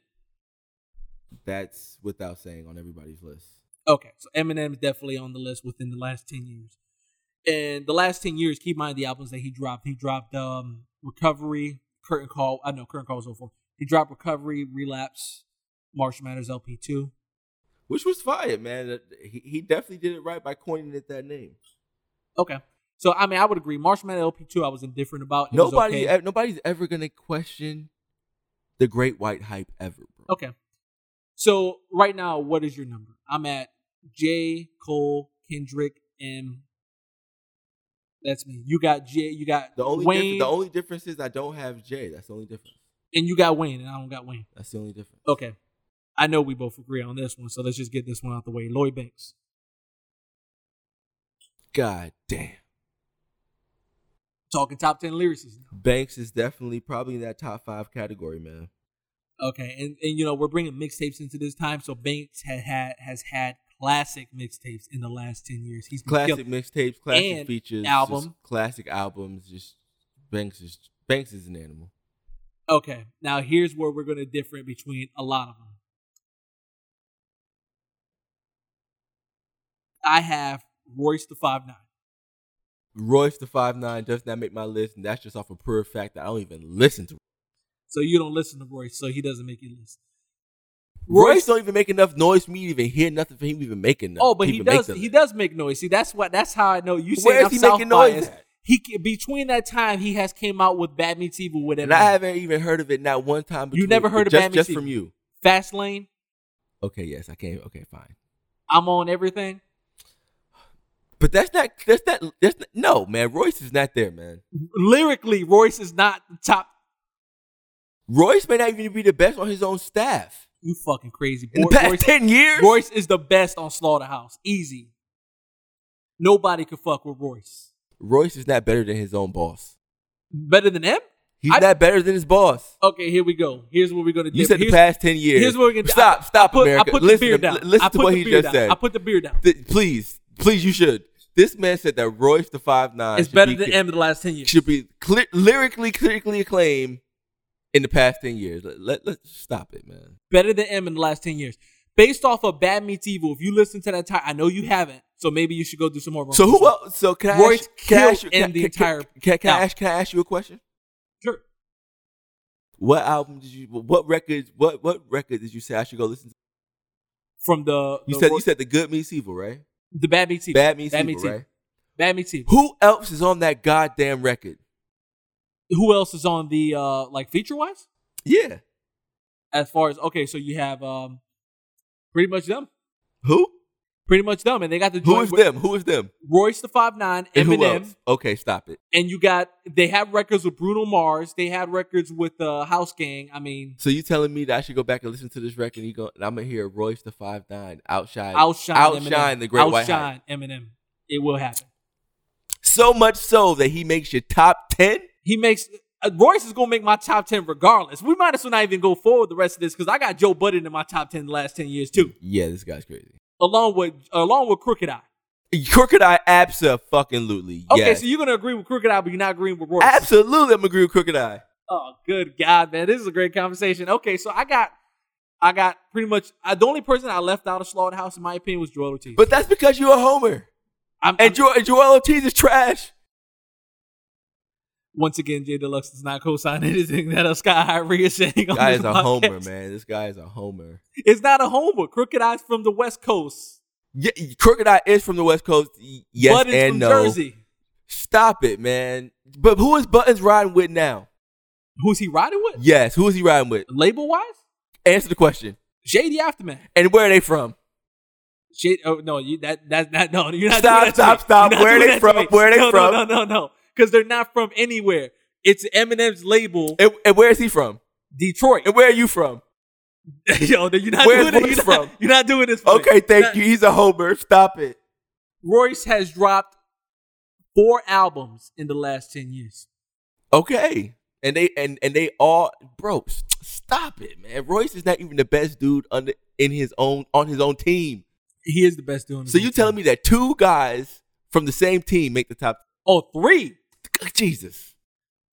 That's without saying on everybody's list.
Okay, so Eminem's definitely on the list within the last ten years. And the last ten years, keep in mind the albums that he dropped. He dropped um Recovery, Curtain Call. I know Curtain Call was 04. He dropped Recovery, Relapse, Marsh Matters LP two.
Which was fire, man. Uh, He, he definitely did it right by coining it that name.
Okay. So I mean, I would agree. Marshmallow LP two, I was indifferent about. It was
Nobody,
okay.
e- nobody's ever gonna question the great white hype ever, bro.
okay. So right now, what is your number? I'm at J Cole Kendrick M. That's me. You got J. You got
The only
Wayne,
difference, the only difference is I don't have Jay. That's the only difference.
and you got Wayne, and I don't got Wayne.
That's the only difference.
Okay. I know we both agree on this one, so let's just get this one out the way. Lloyd Banks.
God damn.
Talking top ten lyricists now.
Banks is definitely probably in that top five category, man.
Okay, and, and you know we're bringing mixtapes into this time, so Banks had, had has had classic mixtapes in the last ten years. He's been
Classic
killing-
mixtapes, classic
And
features, just
album.
classic albums. Just Banks is Banks is an animal.
Okay, now here's where we're going to differ between a lot of them. I have Royce the Five Nine.
Royce the Five Nine does not make my list, and that's just off a pure fact that I don't even listen to.
So you don't listen to Royce, so he doesn't make your list.
Royce, don't even make enough noise for me to even hear nothing for him even making. enough-
oh, but
to
he
even make
does.
the
He
list.
does make noise. See, that's what. That's how I know you
Where
say
is
I'm
he
South
making noise
biased.
at?
He ca- between that time he has came out with Bad Meets Evil with
And I
Eminem,
haven't even heard of it not one time.
You
between-
never heard of
just,
Bad
just
Mix
from you.
Fast Lane.
Okay, yes, I can. Okay, fine.
I'm on everything.
But that's not. That's not. That's not, no, man. Royce is not there, man.
Lyrically, Royce is not the top.
Royce may not even be the best on his own staff.
You fucking crazy.
In
Boy,
the past
Royce-
ten years,
Royce is the best on Slaughterhouse. Easy. Nobody could fuck with Royce.
Royce is not better than his own boss.
Better than him?
He's
I-
not better than his boss.
Okay, here we go. Here's what we're gonna do.
You said the
here's,
past ten years.
here's what we're gonna
stop.
do.
Stop,
I put,
America.
I put
listen
the beer
to,
down.
li- Listen
I put
to what
the
he
beer down.
just said.
I put the beer down.
Th- please, please, you should. This man said that Royce the Five Nine
it's better than M of the last ten years.
should be clear, lyrically, critically acclaimed in the past ten years. Let, let, let's stop it, man.
Better than M in the last ten years. Based off of Bad Meets Evil, if you listen to that time, I know you haven't, so maybe you should go do some more.
So who
research.
else? So can I
Royce
ask, can I
killed
ask you,
in
can,
the
can-
entire
Can, can, I
album.
ask, can I ask you a question?
Sure.
What album did you? What record? What what record did you say I should go listen to?
From the
You
the
said
Roy-
you said the good meets evil, right?
the Bad Meets Evil.
Bad meets
Bad
evil,
Meets Evil.
right?
Bad Meets Evil.
Who else is on that goddamn record?
Who else is on the uh like feature wise?
Yeah.
As far as okay, so you have um pretty much them.
Who?
pretty much them, and they got the
Who
joint
is
with
them? Who is them?
Royce the Five Nine,
And who
Eminem,
else? Okay, stop it.
and you got they have records with Bruno Mars, they had records with the uh, House Gang. I mean,
So you telling me that I should go back and listen to this record? And you go, and I'm gonna hear Royce the Five Nine outshine,
outshine,
outshine
Eminem.
the great white. Hype.
outshine Eminem. It will happen.
So much so that he makes your top ten.
He makes uh, Royce is gonna make my top ten regardless. We might as well not even go forward the rest of this because I got Joe Budden in my top ten the last ten years too,
Yeah, this guy's crazy.
along with along with Crooked Eye.
Crooked Eye, absolutely.
Okay,
yes.
so you're gonna agree with Crooked Eye, but you're not agreeing with Royce.
Absolutely, I'm agree with Crooked Eye.
Oh, good God, man. This is a great conversation. Okay, so I got I got pretty much I, the only person I left out of Slaughterhouse, in my opinion, was Joel Ortiz.
But that's because you're a homer.
I'm,
And
I'm,
jo- and Joel Ortiz is trash.
once again, Jay Deluxe does not co-sign anything that a Sky High Rig is saying. On
Guy
this
is a
podcast.
homer, man. This guy is a homer.
It's not a homer. Crooked Eyes from the West Coast.
Yeah, Crooked Eye is from the West Coast. y- Yes
Budden's
and
from
no.
Jersey.
Stop it, man. But who is Buttons riding with now?
Who's he riding with?
Yes, who is he riding with?
Label wise?
Answer the question.
Shady Aftermath.
And where are they from?
Shade, oh no, you that that that no, you're not
Stop,
doing that to me.
stop, stop.
You're not
Where
doing
they
that to
from?
me.
Where they
no,
from?
No, no, no, no, because they're not from anywhere. It's Eminem's label,
And, and where is he from?
Detroit.
And where are you from?
Yo, you're not
Where's
doing
Royce
it. You're
from?
not, you're not doing this. for me.
Okay,
Not-
thank you. He's a homer. Stop it.
Royce has dropped four albums in the last ten years.
Okay. And they and and they all bro, s- stop it, man. Royce is not even the best dude under in his own on his own team.
He is the best doing.
So you telling me that two guys from the same team make the top
Oh, three,
Jesus.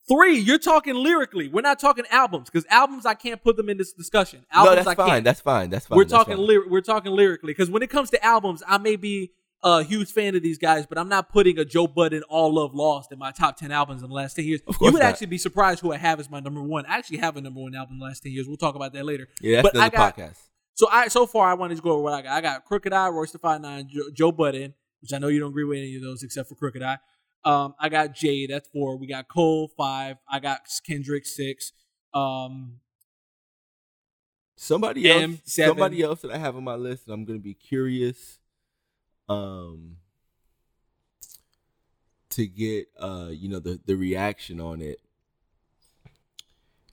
three. You're talking lyrically. We're not talking albums because albums I can't put them in this discussion. Albums
no, that's
I
fine.
can't.
That's fine. That's fine.
we're
that's
talking
fine.
lyric. We're talking lyrically because when it comes to albums, I may be a huge fan of these guys, but I'm not putting a Joe Budden "All Love Lost" in my top ten albums in the last ten years.
Of
you
course
would
not.
actually be surprised who I have as my number one. I actually have a number one album in the last ten years. We'll talk about that later.
Yeah, that's
but I
another
got
podcast.
so I so far I wanted to go over what I got. I got Crooked Eye, Royce the Five Nine, Joe, Joe Budden, which I know you don't agree with any of those except for Crooked Eye. Um, I got Jade, that's four. We got Cole five. I got Kendrick six. Um,
Somebody
M
else
seven.
somebody else that I have on my list and I'm gonna be curious um to get uh you know the the reaction on it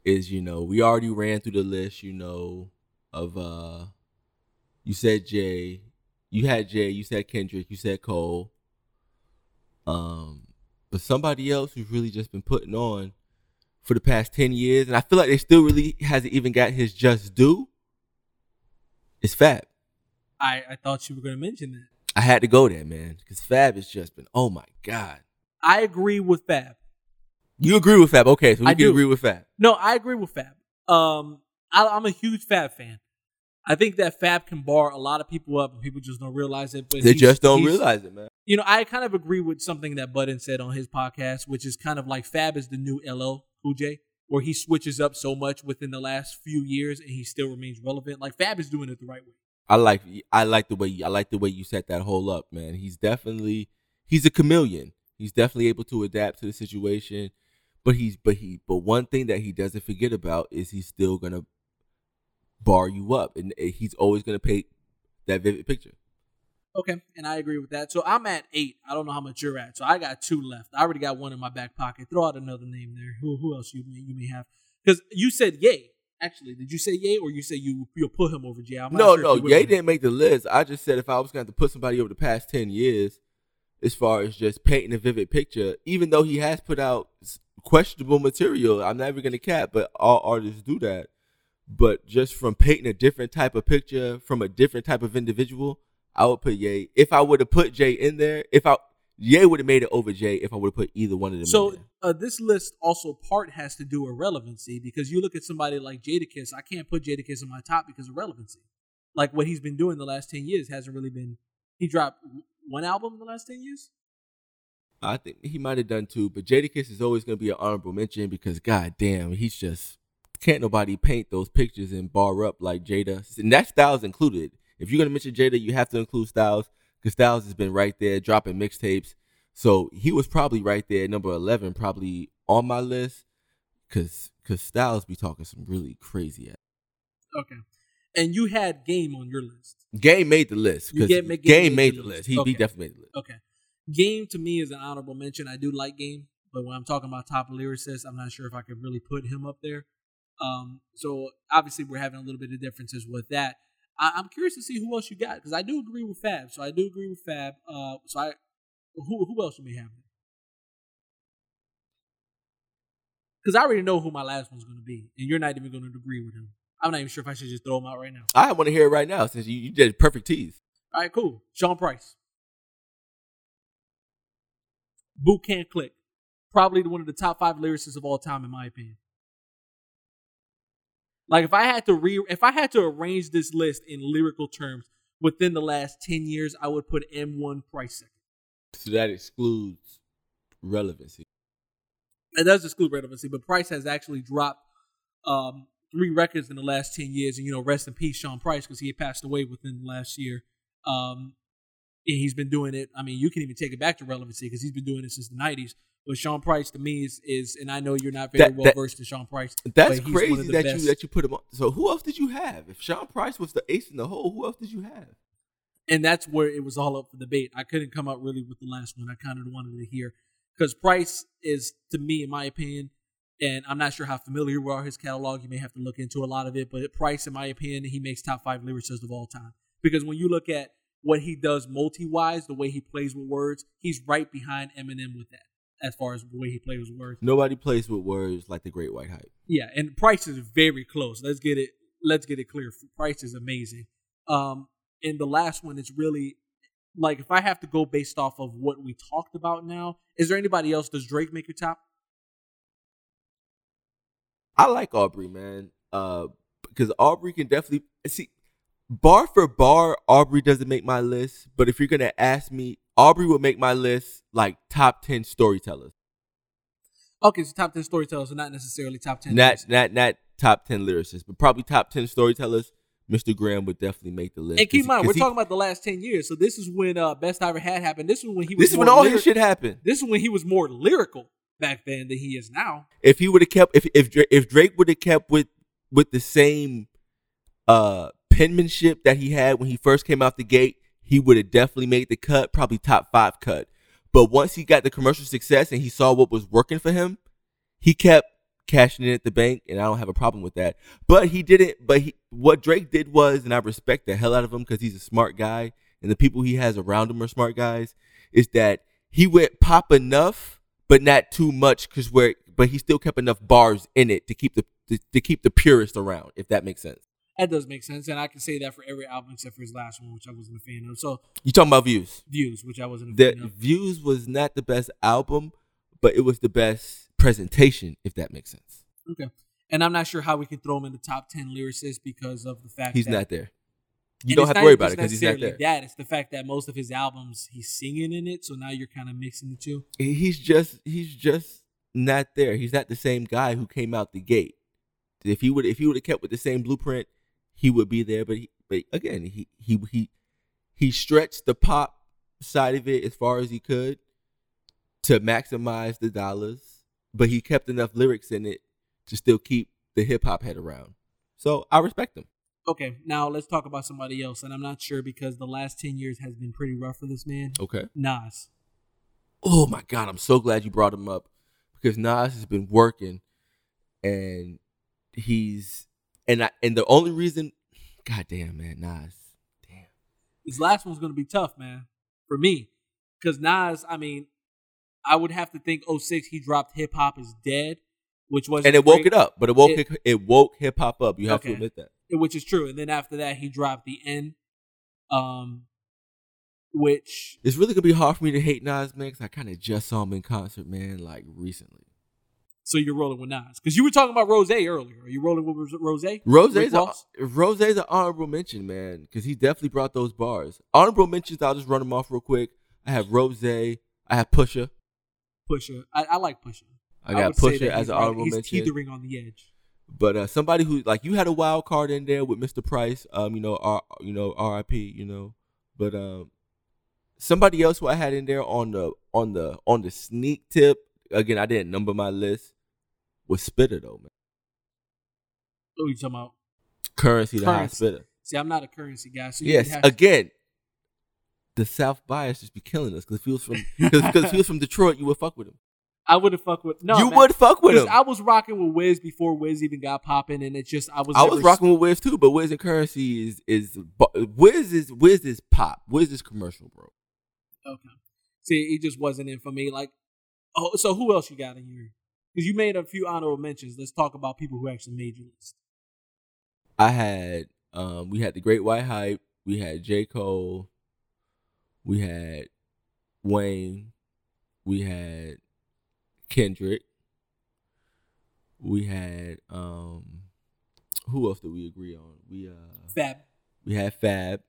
is you know we already ran through the list you know of uh you said Jay you had Jay you said Kendrick you said Cole um but somebody else who's really just been putting on for the past 10 years and I feel like they still really hasn't even got his just due is Fab
I I thought you were going to mention that.
I had to go there man cuz Fab has just been oh my god
I agree with Fab.
you agree with Fab okay so we
I
can
do.
agree with Fab
No, I agree with Fab. Um, I, I'm a huge Fab fan. I think that Fab can bar a lot of people up, and people just don't realize it. But
They
he's-
just don't
he's-
realize it, man.
You know, I kind of agree with something that Budden said on his podcast, which is kind of like Fab is the new LL Cool J, where he switches up so much within the last few years, and he still remains relevant. Like Fab is doing it the right way.
I like I like the way I like the way you set that whole up, man. He's definitely he's a chameleon. He's definitely able to adapt to the situation, but he's but he but one thing that he doesn't forget about is he's still gonna bar you up, and he's always gonna paint that vivid picture.
Okay, and I agree with that. So I'm at eight. I don't know how much you're at. So I got two left. I already got one in my back pocket. Throw out another name there. Who who else you may you may have? Because you said yay. Actually, did you say yay or you say you you'll put him over Jay? I'm not
no,
sure if
no,
you would.
Ye didn't make the list. I just said if I was going to put somebody over the past ten years, as far as just painting a vivid picture, even though he has put out s- questionable material, I'm never going to cap. But all artists do that. But just from painting a different type of picture from a different type of individual, I would put Ye. If I would have put Jay in there, if I Ye would have made it over Jay, if I would have put either one of them. in
So
there.
uh, this list also part has to do with relevancy because you look at somebody like Jadakiss. I can't put Jadakiss in my top because of relevancy. Like what he's been doing the last ten years hasn't really been. He dropped one album in the last ten years.
I think he might have done two, but Jadakiss is always going to be an honorable mention because, god damn, he's just can't nobody paint those pictures and bar up like Jada. And that Styles included. If you're going to mention Jada, you have to include Styles because Styles has been right there dropping mixtapes. So he was probably right there, number 11, probably on my list because cause Styles be talking some really crazy ass.
Okay, and you had Game on your list.
Game made the list
You
because
get-
Game,
make-
made the list. He, he
Okay.
definitely made the list.
Okay. Game to me is an honorable mention. I do like Game, but when I'm talking about top lyricists, I'm not sure if I could really put him up there. Um, so obviously we're having a little bit of differences with that. I, I'm curious to see who else you got because I do agree with Fab. So I do agree with Fab. Uh, so I who who else do we have? Because I already know who my last one's going to be, and you're not even going to agree with him. I'm not even sure if I should just throw him out right now.
I want to hear it right now since you, you did perfect tease.
All right, cool. Sean Price. Boot Can't Click. Probably one of the top five lyricists of all time, in my opinion. Like if I had to re if I had to arrange this list in lyrical terms within the last 10 years, I would put M1 Price second.
So that excludes relevancy.
It does exclude relevancy, but Price has actually dropped um, three records in the last 10 years. And, you know, rest in peace, Sean Price, because he had passed away within the last year. Um, and he's been doing it. I mean, you can even take it back to relevancy because he's been doing it since the 90s. But Sean Price, to me, is, is and I know you're not very
That-
well
that-
versed in Sean Price. but
That's
he's one of
crazy
the
that
best.
you that you put him on. So who else did you have? If Sean Price was the ace in the hole, who else did you have?
and that's where it was all up for debate. I couldn't come out really with the last one. I kind of wanted to hear because Price is, to me, in my opinion, And I'm not sure how familiar we are his catalog. You may have to look into a lot of it. But Price, in my opinion, he makes top five lyricists of all time. Because when you look at what he does multi wise, the way he plays with words, he's right behind Eminem with that as far as the way he plays with words.
Nobody plays with words like the Great White Hype.
Yeah, and Price is very close. Let's get it. Let's get it clear. Price is amazing. Um, and the last one is really like if I have to go based off of what we talked about now. Is there anybody else? Does Drake make your top?
I like Aubrey, man, uh, because Aubrey can definitely see bar for bar. Aubrey doesn't make my list, but if you're gonna ask me, Aubrey would make my list like top ten storytellers.
Okay, so top ten storytellers are not necessarily top ten.
Not
lyricists.
not not top ten lyricists, but probably top ten storytellers. Mr. Graham would definitely make the list.
and keep in
'cause-
mind,
'cause
we're
he-
talking about the last ten years. So this is when uh, Best I Ever Had happened. This is when he was.
this is when
more
all
lyri-
his shit happened.
This is when he was more lyrical back then than he is now.
If he would have kept, if if Dra- if Drake would have kept with with the same uh penmanship that he had when he first came out the gate, he would have definitely made the cut, probably top five cut. But once he got the commercial success and he saw what was working for him, he kept cashing in at the bank, and I don't have a problem with that. But he didn't. But he, what Drake did was, and I respect the hell out of him because he's a smart guy, and the people he has around him are smart guys. Is that he went pop enough, but not too much, because where, but he still kept enough bars in it to keep the to, to keep the purist around, if that makes sense.
That does make sense, and I can say that for every album except for his last one, which I wasn't a fan of. So
You talking about views?
views, which I wasn't a
The
fan of.
views was not the best album, but it was the best presentation, if that makes sense.
Okay, and I'm not sure how we can throw him in the top ten lyricists because of the fact
He's
that
not there. You
And
don't
it's
have to
not
worry
even
about it
just
because he's not there.
necessarily That it's the fact that most of his albums he's singing in it, so now you're kind of mixing the two.
he's just he's just not there. He's not the same guy who came out the gate. If he would if he would have kept with the same blueprint, he would be there. But he, but again, he he he he stretched the pop side of it as far as he could to maximize the dollars, but he kept enough lyrics in it to still keep the hip hop head around. So I respect him.
Okay, now let's talk about somebody else, and I'm not sure because the last ten years has been pretty rough for this man.
Okay.
Nas.
oh my god, I'm so glad you brought him up because Nas has been working and he's and I and the only reason God damn man, Nas. Damn.
This last one's gonna be tough, man, for me, because Nas. I mean, I would have to think 06 he dropped Hip Hop is Dead, which was
And it woke it up, but it woke
It-
it, woke hip hop up. You have
Okay.
to admit that.
which is true. And then after that he dropped the N, um, which
It's really gonna be hard for me to hate Nas, man, because I kind of just saw him in concert, man, like recently.
so you're rolling with Nas because you were talking about Rose earlier. Are you rolling with Rose?
Rose's a,
Ross?
Rose's an honorable mention, man, because he definitely brought those bars. Honorable mentions, I'll just run them off real quick. I have Rose, I have Pusha,
Pusher. I, I like Pusher.
I got
would say
Pusha
that
as
he's
an
right-
honorable
he's
mention.
teetering on the edge.
But uh, somebody who like you had a wild card in there with Mr. Price, um, you know, R, you know, R.I.P. You know, but um, somebody else who I had in there on the on the on the sneak tip again, I didn't number my list was Spitter though, man.
What are you talking about?
Currency, the high
Currency.
spitter.
See, I'm not a currency guy, so
yes,
you have
again, the South bias just be killing us because if he was from because if he was from Detroit, you would fuck with him.
I would have fucked with no.
you
man.
would fuck with
'Cause
him.
I was rocking with Wiz before Wiz even got popping, and it's just I was.
I
never
was rocking with Wiz too, but Wiz and Currency is is bu- Wiz is Wiz is pop. Wiz is commercial, bro.
Okay. See, it just wasn't in for me. Like, oh, so who else you got in here? Because you made a few honorable mentions. Let's talk about people who actually made your list.
I had um we had the Great White Hype, we had J. Cole, we had Wayne, we had Kendrick, we had um who else did we agree on? We uh
Fab,
we had Fab.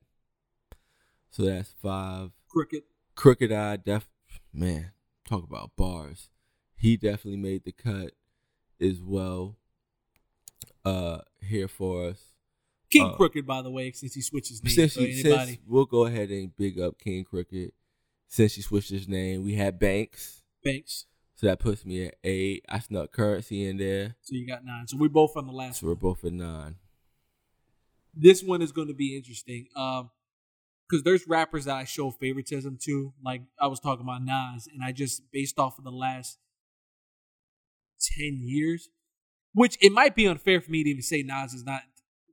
So that's five.
Crooked,
Crooked Eye def man, talk about bars. He definitely made the cut as well. Uh here for us.
King
Uh,
Crooked, by the way, since he switched his name.
Since,
so
you,
anybody,
since we'll go ahead and big up King Crooked. Since you switched his name, we had Banks,
Banks.
so that puts me at eight. I snuck Currency in there,
So you got nine. So we're both on the last
so we're both at nine.
this one is going to be interesting. Um, because there's rappers that I show favoritism to. Like I was talking about Nas, and I just based off of the last ten years, which it might be unfair for me to even say Nas is not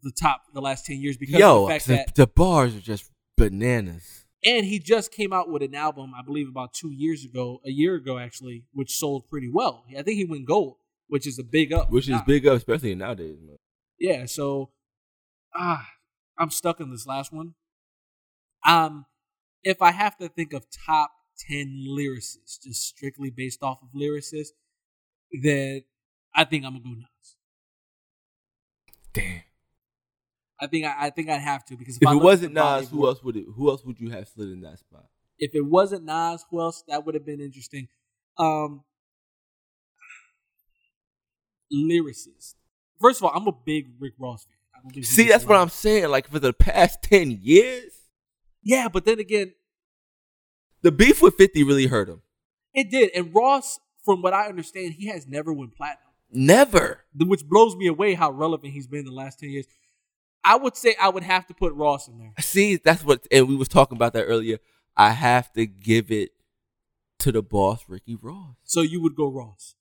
the top the last ten years because
Yo,
of the fact
the,
that
the bars are just bananas.
and he just came out with an album I believe about two years ago, a year ago actually, which sold pretty well. I think he went gold, which is a big up, for
Which is
Nas.
big up, especially nowadays, man.
yeah so ah i'm stuck on this last one um if i have to think of top 10 lyricists just strictly based off of lyricists then i think i'm gonna go nuts
Damn.
i think i, I think i'd have to because
If
I
it
look
wasn't
at the body
Nas,
of
who
work-
else would it who else would you have slid in that spot?
if it wasn't nas who else that would have been interesting um lyricist first of all i'm a big rick ross fan I don't think he
See,
gets
that's
a
what
lot of-
I'm saying. Like for the past ten years,
yeah but then again
the beef with Fifty really hurt him.
It did. And Ross, from what I understand, he has never won platinum,
Never.
th- which blows me away how relevant he's been the last 10 years. I would say I would have to put Ross in there.
See, that's what, and we was talking about that earlier. I have to give it to the boss, Ricky Ross.
So you would go Ross.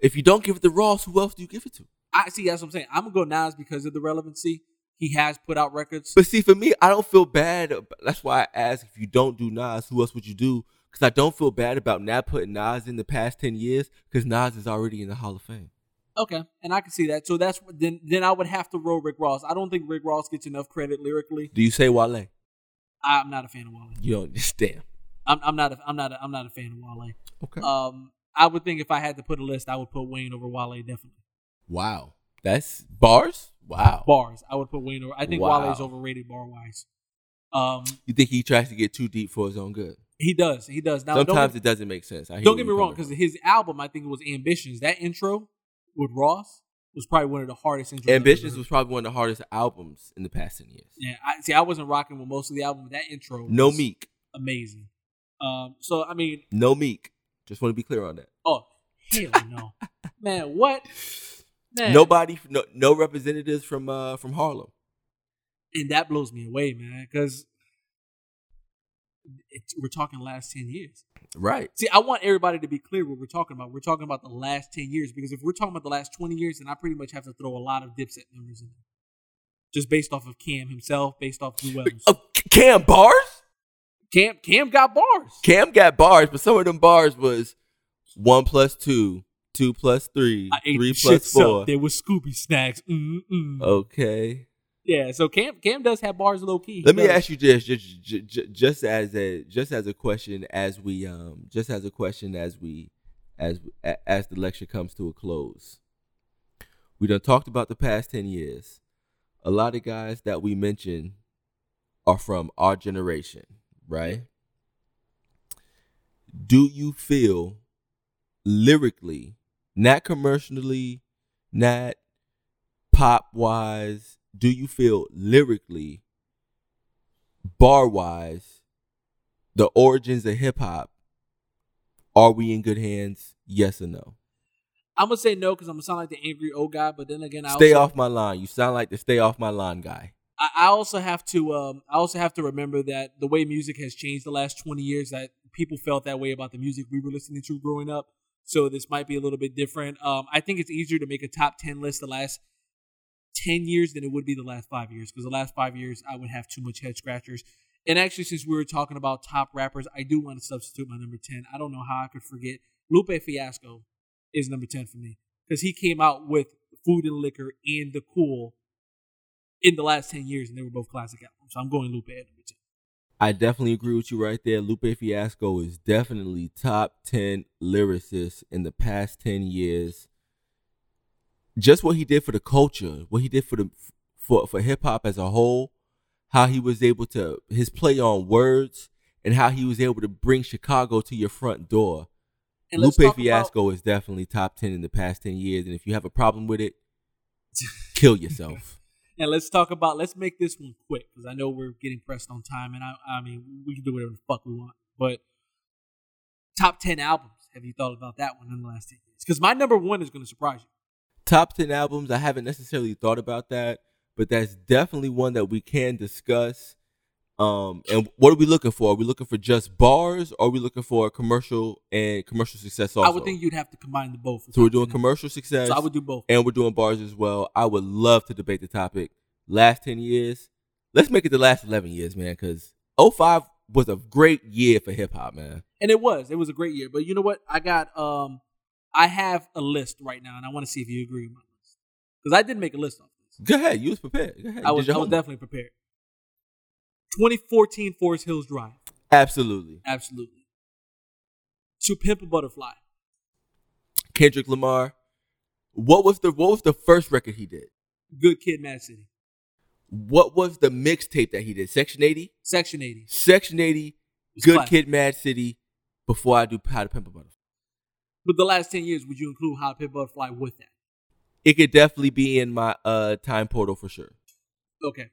If you don't give it to Ross, who else do you give it to?
I see. That's what I'm saying. I'm gonna go Nas because of the relevancy. He has put out records.
But see, for me, I don't feel bad. ab- That's why I ask if you don't do Nas, who else would you do? Because I don't feel bad about not putting Nas in the past ten years. Because Nas is already in the Hall of Fame.
Okay, and I can see that. So that's what- then. Then I would have to roll Rick Ross. I don't think Rick Ross gets enough credit lyrically.
Do you say Wale?
I'm not a fan of Wale.
You don't understand.
I'm, I'm not. A, I'm not. A, I'm not a fan of Wale.
Okay.
Um, I would think if I had to put a list, I would put Wayne over Wale definitely.
wow, that's bars. Wow.
uh, bars. I would put Wayne over. I think
Wow.
Wale's overrated bar wise. Um,
You think he tries to get too deep for his own good?
he does. He does. Now,
Sometimes
don't,
it doesn't make sense. I hear
don't
where
get me
you're
wrong,
coming
because his album, I think it was Ambitions. That intro with Ross was probably one of the hardest intros.
from.
I've
Ambitions
ever
was probably one of the hardest albums in the past ten years.
heard. Yeah, I, see, I wasn't rocking with most of the album. But that intro,
No
was
Meek.
amazing. Um, so I mean,
No Meek. Just want to be clear on that.
oh hell no, man, what? Man,
Nobody, no, no representatives from uh from Harlem.
and that blows me away, man, because we're talking last ten years.
Right.
See, I want everybody to be clear what we're talking about. We're talking about the last 10 years because if we're talking about the last 20 years, then I pretty much have to throw a lot of Dipset numbers in there. Just based off of Cam himself, based off Duels.
Uh, Cam bars.
Cam Cam got bars.
Cam got bars, but some of them bars was one plus two, two plus three,
I ate three
three plus four. Uh,
There was Scooby snacks. Mm-mm.
Okay.
Yeah, so Cam Cam does have bars low key.
Let me ask you this, just, just just as a just as a question as we um just as a question as we as a- as the lecture comes to a close. We done talked about the past ten years. A lot of guys that we mentioned are from our generation, right? Do you feel lyrically, not commercially, not pop wise, do you feel lyrically? bar wise, the origins of hip hop, are we in good hands? Yes or no?
I'm gonna say no because I'm gonna sound like the angry old guy, but then again I
Stay
also,
off my line. You sound like the stay off my line guy.
I, I also have to um I also have to remember that the way music has changed the last 20 years that people felt that way about the music we were listening to growing up. So this might be a little bit different. Um I think it's easier to make a top 10 list the last 10 years than it would be the last 5 years because the last 5 years I would have too much head scratchers. And actually since we were talking about top rappers, I do want to substitute my number 10. I don't know how I could forget Lupe Fiasco is number 10 for me cuz he came out with Food and Liquor and The Cool in the last 10 years, and they were both classic albums. So I'm going Lupe at number 10.
I definitely agree with you right there. Lupe Fiasco is definitely top 10 lyricist in the past 10 years. Just what he did for the culture, what he did for the for, for hip hop as a whole, how he was able to his play on words and how he was able to bring Chicago to your front door.
And let's
Lupe
talk
Fiasco is definitely top 10 in the past 10 years. And if you have a problem with it, kill yourself.
About, and let's talk about, let's make this one quick because I know we're getting pressed on time, and I, I mean, we can do whatever the fuck we want. But top 10 albums. Have you thought about that one in the last 10 years? Because my number one is going to surprise you.
top 10 albums, I haven't necessarily thought about that, but that's definitely one that we can discuss. Um, and what are we looking for? Are we looking for just bars? Or are we looking for commercial and commercial success? Also,
I would think you'd have to combine the both. or
so. We're doing
something.
commercial success,
So I would do both.
and we're doing bars as well. I would love to debate the topic. Last ten years, let's make it the last eleven years, man. Because 05 was a great year for hip hop, man.
And it was. It was a great year. But you know what? I got um I have a list right now and I want to see if you agree with my list. Because I did make a list on this.
Go ahead, you was prepared. Go ahead.
I was I
you did your
was
homework.
definitely prepared. 2014 Forest Hills Drive.
absolutely
Absolutely. To Pimp a Butterfly.
Kendrick Lamar. What was the what was the first record he did?
Good Kid Mad City.
What was the mixtape that he did? Section eighty,
Section 80.
Section eighty,
It's
Good
classic.
Kid, Mad City. Before I do How to Pimp a Butterfly,
But the last 10 years, would you include How to Pimp a Butterfly with that?
it could definitely be in my uh time portal for sure.
Okay.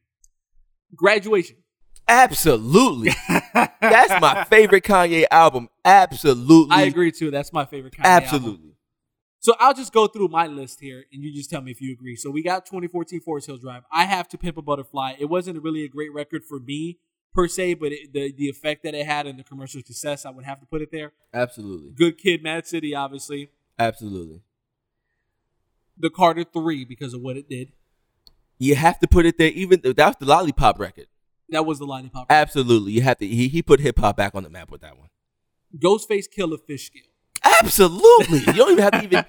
Graduation.
Absolutely,
That's
that's my favorite Kanye album. Absolutely,
I agree too. That's my favorite kind
Absolutely,
So I'll just go through my list here, and you just tell me if you agree. So we got 2014 Forest Hills Drive. I have to pimp a butterfly. It wasn't really a great record for me per se, but it, the the effect that it had and the commercial success, I would have to put it there.
absolutely,
Good Kid, Mad City, obviously.
absolutely.
The Carter Three because of what it did.
You have to put it there. Even that was the Lollipop record.
That was the lollipop.
Absolutely, you have to. He, he put hip hop back on the map with that one.
Ghostface Killer Fish Scale.
Absolutely. You don't even have to even.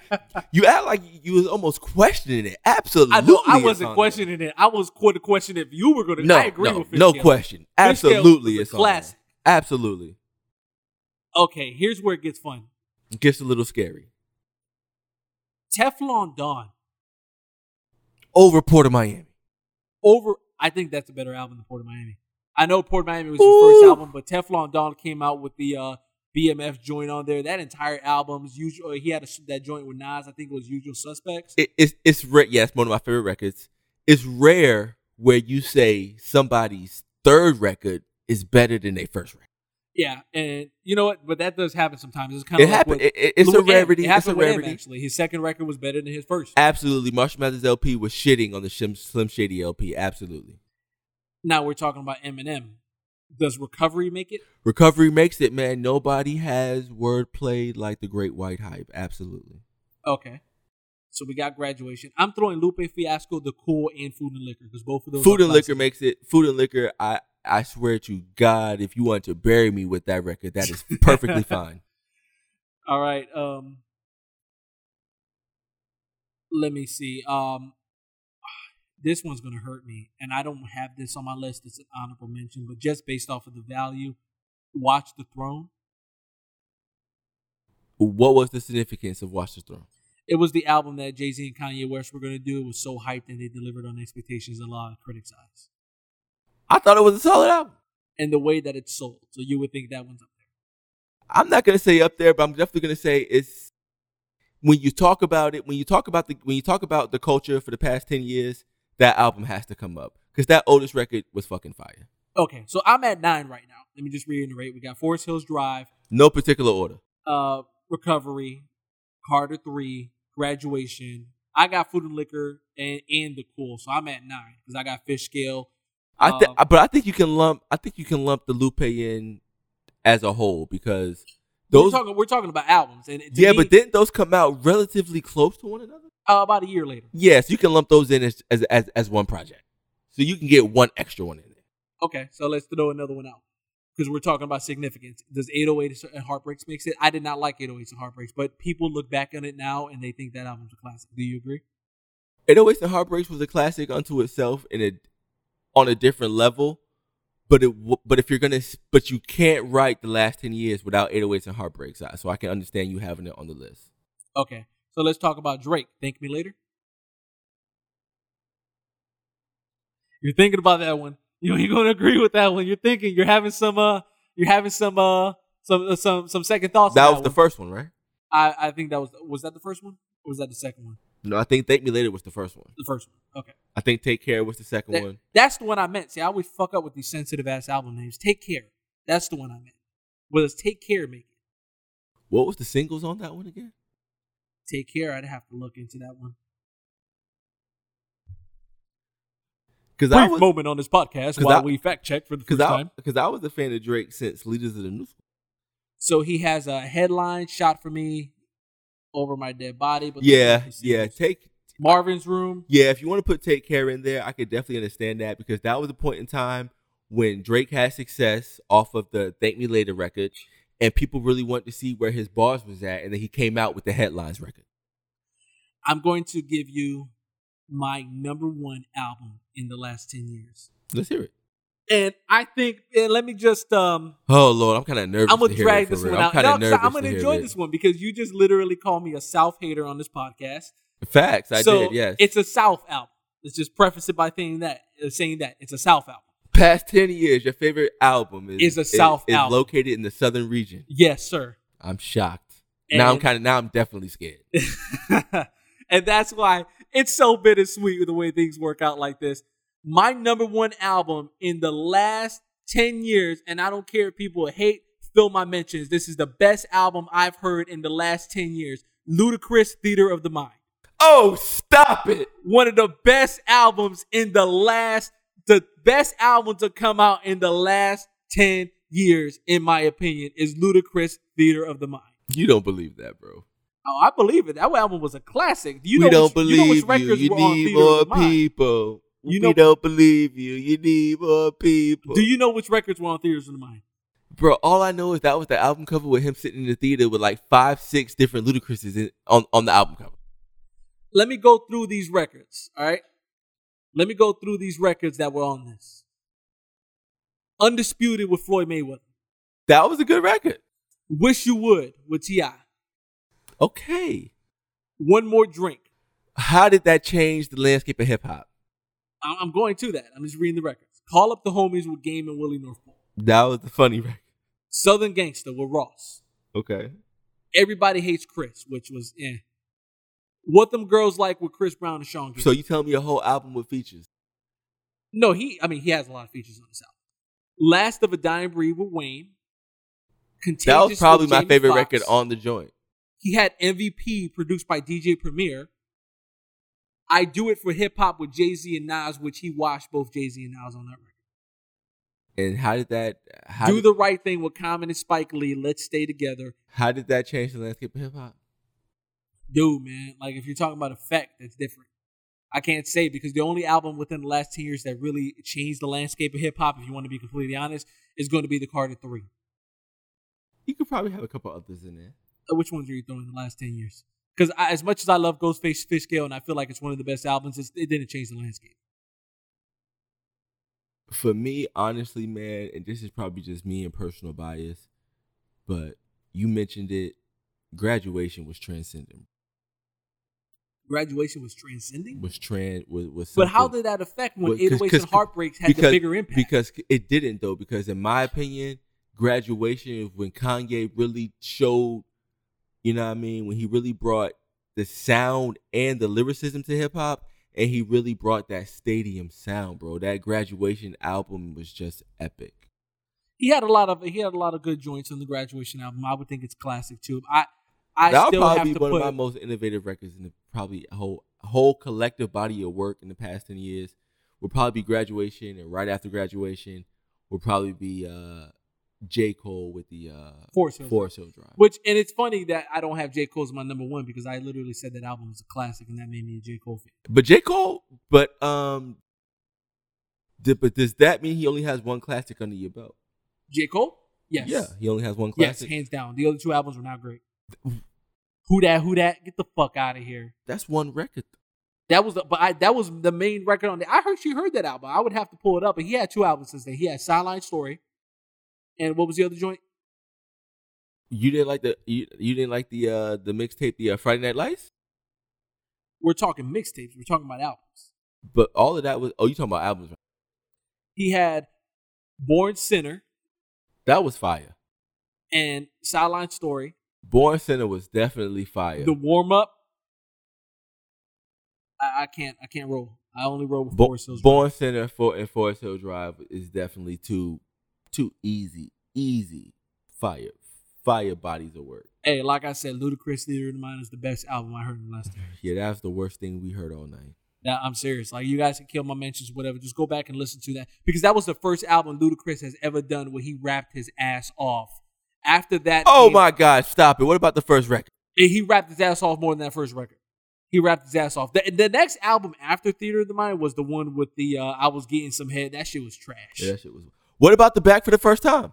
You act like you was almost questioning it. Absolutely.
I know I
it's on
wasn't
there.
questioning it. I was going to question if you were going to.
No,
I agree
no,
with Fish
no
Scale.
question.
Fish Scale
Absolutely,
was a
it's on there.
classic.
Absolutely,
Okay, here's where it gets fun.
It gets a little scary.
Teflon Don
Over Port of Miami.
over. I think that's a better album than Port of Miami. I know Port of Miami was his first
Ooh.
album, but Teflon Don came out with the uh, BMF joint on there. That entire album's usual. uh, He had a, that joint with Nas. I think it was Usual Suspects.
It, it's it's rare. Yeah, it's one of my favorite records. It's rare where you say somebody's third record is better than their first record.
yeah, and you know what? But that does happen sometimes. It's kind of
it
like
happened.
what
It, it- it's a
Lil' M-
rarity.
It
it's
happened
a
with M,
rarity.
actually. His second record was better than his first.
Absolutely, Marshall Mathers LP was shitting on the Shim, Slim Shady LP. Absolutely.
now we're talking about Eminem. Does Recovery make it?
Recovery makes it, man. Nobody has wordplay like the Great White Hype. Absolutely.
Okay. So we got graduation. I'm throwing Lupe Fiasco, The Cool, and Food and Liquor because both of those.
Food
are
and liquor
classics.
makes it. Food and liquor. I I swear to God, if you want to bury me with that record, that is perfectly fine.
All right. Um, let me see. Um, this one's gonna hurt me, and I don't have this on my list. It's an honorable mention, but just based off of the value, Watch the Throne.
What was the significance of Watch the Throne?
It was the album that Jay Z and Kanye West were gonna do. It was so hyped, and they delivered on expectations in a lot of critics' eyes,
I thought it was a solid album.
and the way that it's sold. So you would think that one's up there.
I'm not gonna say up there, but I'm definitely gonna say it's when you talk about it, when you talk about the when you talk about the culture for the past ten years, that album has to come up. Because that oldest record was fucking fire.
Okay, so I'm at nine right now. Let me just reiterate: we got Forest Hills Drive,
No particular order.
uh, Recovery, Carter Three, Graduation. I got Food and Liquor and, and the Cool, so I'm at nine because I got Fish Scale.
I th-
Um,
but I think you can lump. I think you can lump the Lupe in as a whole because those.
we're talking, we're talking about albums, and to
yeah,
me,
but didn't those come out relatively close to one another?
uh, about a year later.
Yes, you can lump those in as as as, as one project, so you can get one extra one in there.
Okay, so let's throw another one out because we're talking about significance. Does 808 and Heartbreaks makes it? I did not like 808 and Heartbreaks, but people look back on it now and they think that album's a classic. Do you agree?
It always and Heartbreaks was a classic unto itself in a on a different level, but it w- but if you're gonna s- but you can't write the last ten years without 808s and Heartbreaks, I- so I can understand you having it on the list.
Okay, so let's talk about Drake. Thank me later. You're thinking about that one. You know, you're gonna agree with that one. You're thinking. You're having some. Uh, you're having some. Uh, some. Uh, some. Some second thoughts. on
That was the
one.
first one, right?
I. I think that was. Was that the first one? Or was that the second one?
No, I think Thank Me Later was the first one.
The first one. Okay.
I think Take Care was the second
That-
one.
that's the one I meant. See, I always fuck up with these sensitive ass album names. Take care. That's the one I meant. Was take care make it?
What was the singles on that one again?
Take care. I'd have to look into that one.
Because I
brief
was
moment on this podcast
'cause
while
I-
we fact check for the
because
first
I
time.
because I was a fan of Drake since Leaders of the New School.
So he has a headline shot for me over my dead body. But
Yeah, yeah. Take
Marvin's room.
yeah. If you want to put Take Care in there, I could definitely understand that because that was a point in time when Drake had success off of the Thank Me Later record, and people really wanted to see where his bars was at, and then he came out with the Headlines record.
I'm going to give you my number one album in the last ten years,
Let's hear it.
and I think. And let me just um,
Oh Lord, I'm kind of nervous.
I'm gonna
to hear
drag
it, for
this
real.
one
I'm
out.
kinda
No, 'cause
nervous
I'm gonna
to hear
enjoy
it.
this one because you just literally called me a South hater on this podcast.
Facts, I
so
did. Yes,
it's a South album. Let's just preface it by saying that, uh, saying that it's a South album.
past ten years, your favorite album is
Is a South
is,
album.
located in the southern region.
Yes, sir.
I'm shocked. now I'm
And-
kind of now I'm definitely scared.
and that's why it's so bittersweet with the way things work out like this. My number one album in the last 10 years, and I don't care if people hate, fill my mentions. This is the best album I've heard in the last 10 years. Ludacris Theater of the Mind.
Oh, stop it!
One of the best albums in the last, the best album to come out in the last 10 years, in my opinion, is Ludacris Theater of the Mind.
You don't believe that, bro.
Oh, I believe it. That album was a classic. You
we
know
don't
which- you know which
believe you.
records
You,
were on
need
Theater of
more
the Mind.
people.
You
we
know-
don't believe you. You need more people.
Do you know which records were on Theaters of the Mind?
bro? All I know is that was the album cover with him sitting in the theater with like five, six different Ludacris's in, on on the album cover.
Let me go through these records. All right. Let me go through these records that were on this. Undisputed with Floyd Mayweather.
That was a good record.
Wish You Would with T.I.
Okay,
One More Drink.
how did that change the landscape of hip hop?
I- I'm going to that. I'm just reading the records. Call Up the Homies with Game and Willie Northpole.
That was the funny record.
Southern Gangster with Ross.
Okay.
Everybody Hates Chris, which was eh. What Them Girls Like with Chris Brown and Sean Gillis.
So you tell me a whole album with features.
No, he. I mean, he has a lot of features on this album. Last of a Dying Breed with Wayne.
That
Contagious
was probably
with
my
Jamie
favorite
Foxx.
record on the joint.
He had MVP produced by DJ Premier. I do it for hip hop with Jay Z and Nas, which he watched both Jay Z and Nas on that record.
And how did that how
do
did,
the right thing with Common and Spike Lee. Let's stay together,
how did that change the landscape of hip hop?
dude, man. Like if you're talking about effect, that's different. I can't say because the only album within the last ten years that really changed the landscape of hip hop, if you want to be completely honest, is going to be the Carter Three.
You could probably have a couple others in there.
Uh, which ones are you throwing in the last 10 years? Because as much as I love Ghostface Fish Scale and I feel like it's one of the best albums, it's, it didn't change the landscape.
For me, honestly, man, and this is probably just me and personal bias, but you mentioned it. Graduation was transcendent.
Graduation was transcending.
Was trans was was.
But how
something-
did that affect when
Well, 'cause-
808s and
'cause-
Heartbreaks had the bigger impact?
Because it didn't though. Because in my opinion, graduation is when Kanye really showed. You know what I mean? When he really brought the sound and the lyricism to hip hop, and he really brought that stadium sound, bro. That graduation album was just epic.
he had a lot of he had a lot of good joints on the Graduation album. I would think it's classic too. I I
That'll
still have
probably
to
be one
put
of my most innovative records in the probably whole whole collective body of work in the past ten years. Will probably be graduation, and right after graduation, will probably be uh, J Cole with the uh,
Forest Hills.
Forest Hill Drive.
Which and it's funny that I don't have J Cole as my number one because I literally said that album was a classic and that made me a J Cole fan.
But J Cole, but um, did, but does that mean he only has one classic under your belt?
J Cole, yes,
Yeah, he only has one
yes,
classic.
hands down. The other two albums were not great. Who that? Who that? Get the fuck out of here.
That's one record.
That was the, but I, that was the main record on the. I heard she heard that album. I would have to pull it up, but he had two albums since then. He had Sideline Story, and what was the other joint?
You didn't like the you, you didn't like the uh the mixtape the uh, Friday Night Lights,
We're talking mixtapes. We're talking about albums.
but all of that was oh you talking about albums? right?
He had Born Sinner
That was fire.
and Sideline Story,
Born Center was definitely fire.
the warm up. I, I can't. I can't roll. I only roll with
Bo-
Forest Hills.
Born Center for and Forest Hill Drive is definitely two two easy easy fire fire bodies of work.
hey, like I said, Ludacris Theater of the Mind is the best album I heard in the last year.
Yeah, that was the worst thing we heard all night.
Now, I'm serious. Like you guys can kill my mentions, whatever. Just go back and listen to that because that was the first album Ludacris has ever done where he rapped his ass off. After that,
Oh
came-
my God! Stop it! What about the first record?
and he rapped his ass off more than that first record. He rapped his ass off. The, the next album after Theater of the Mind was the one with the uh, I was getting some head. That shit was trash.
Yeah, that shit was. What about the back for the first time?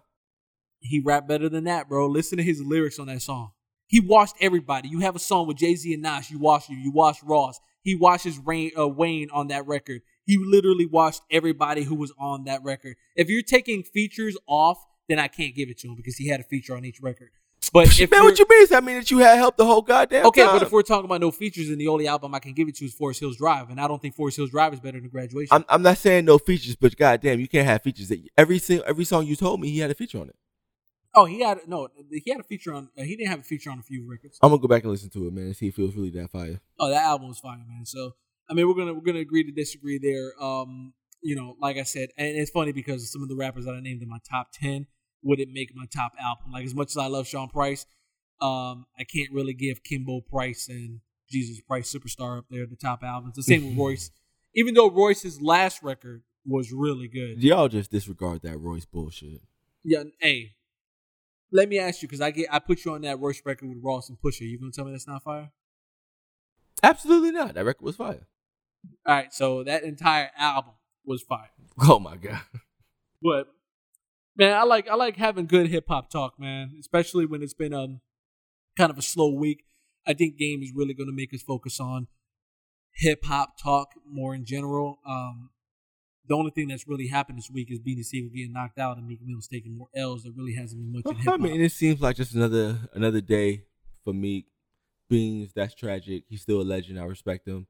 He rapped better than that, bro. Listen to his lyrics on that song. He washed everybody. You have a song with Jay Z and Nas. You washed you. You washed Ross. He washes Rain, uh, Wayne on that record. He literally washed everybody who was on that record. If you're taking features off, then I can't give it to him because he had a feature on each record. But if
Man,
you're-
what you mean? I mean that you had helped the whole goddamn
Okay,
time.
but if we're talking about no features, then the only album I can give it to is Forest Hills Drive, and I don't think Forest Hills Drive is better than Graduation.
I'm, I'm not saying no features, but goddamn, you can't have features. That every single every song you told me, he had a feature on it.
oh, he had no, he had a feature on. Uh, he didn't have a feature on a few records.
I'm gonna go back and listen to it, man, and see if it was really that fire.
Oh, that album was fire, man. So I mean, we're gonna we're gonna agree to disagree there. Um, you know, like I said, and it's funny because some of the rappers that I named in my top ten wouldn't make my top album. Like as much as I love Sean Price, um, I can't really give Kimbo Price and Jesus Price Superstar up there the top albums. The same with Royce, even though Royce's last record was really good.
Y'all just disregard that Royce bullshit.
Yeah, and- hey. Let me ask you, because I get I put you on that Royce record with Ross and Pusha. You gonna tell me that's not fire?
Absolutely not. That record was fire.
All right, so that entire album was fire.
Oh my god.
But man, I like I like having good hip hop talk, man. Especially when it's been um kind of a slow week. I think game is really gonna make us focus on hip hop talk more in general. Um the only thing that's really happened this week is Beanie Siegel getting knocked out and Meek Mill's taking more L's. There really hasn't been much in hip
I
hop.
mean, it seems like just another another day for Meek. Beans, that's tragic. He's still a legend. I respect him.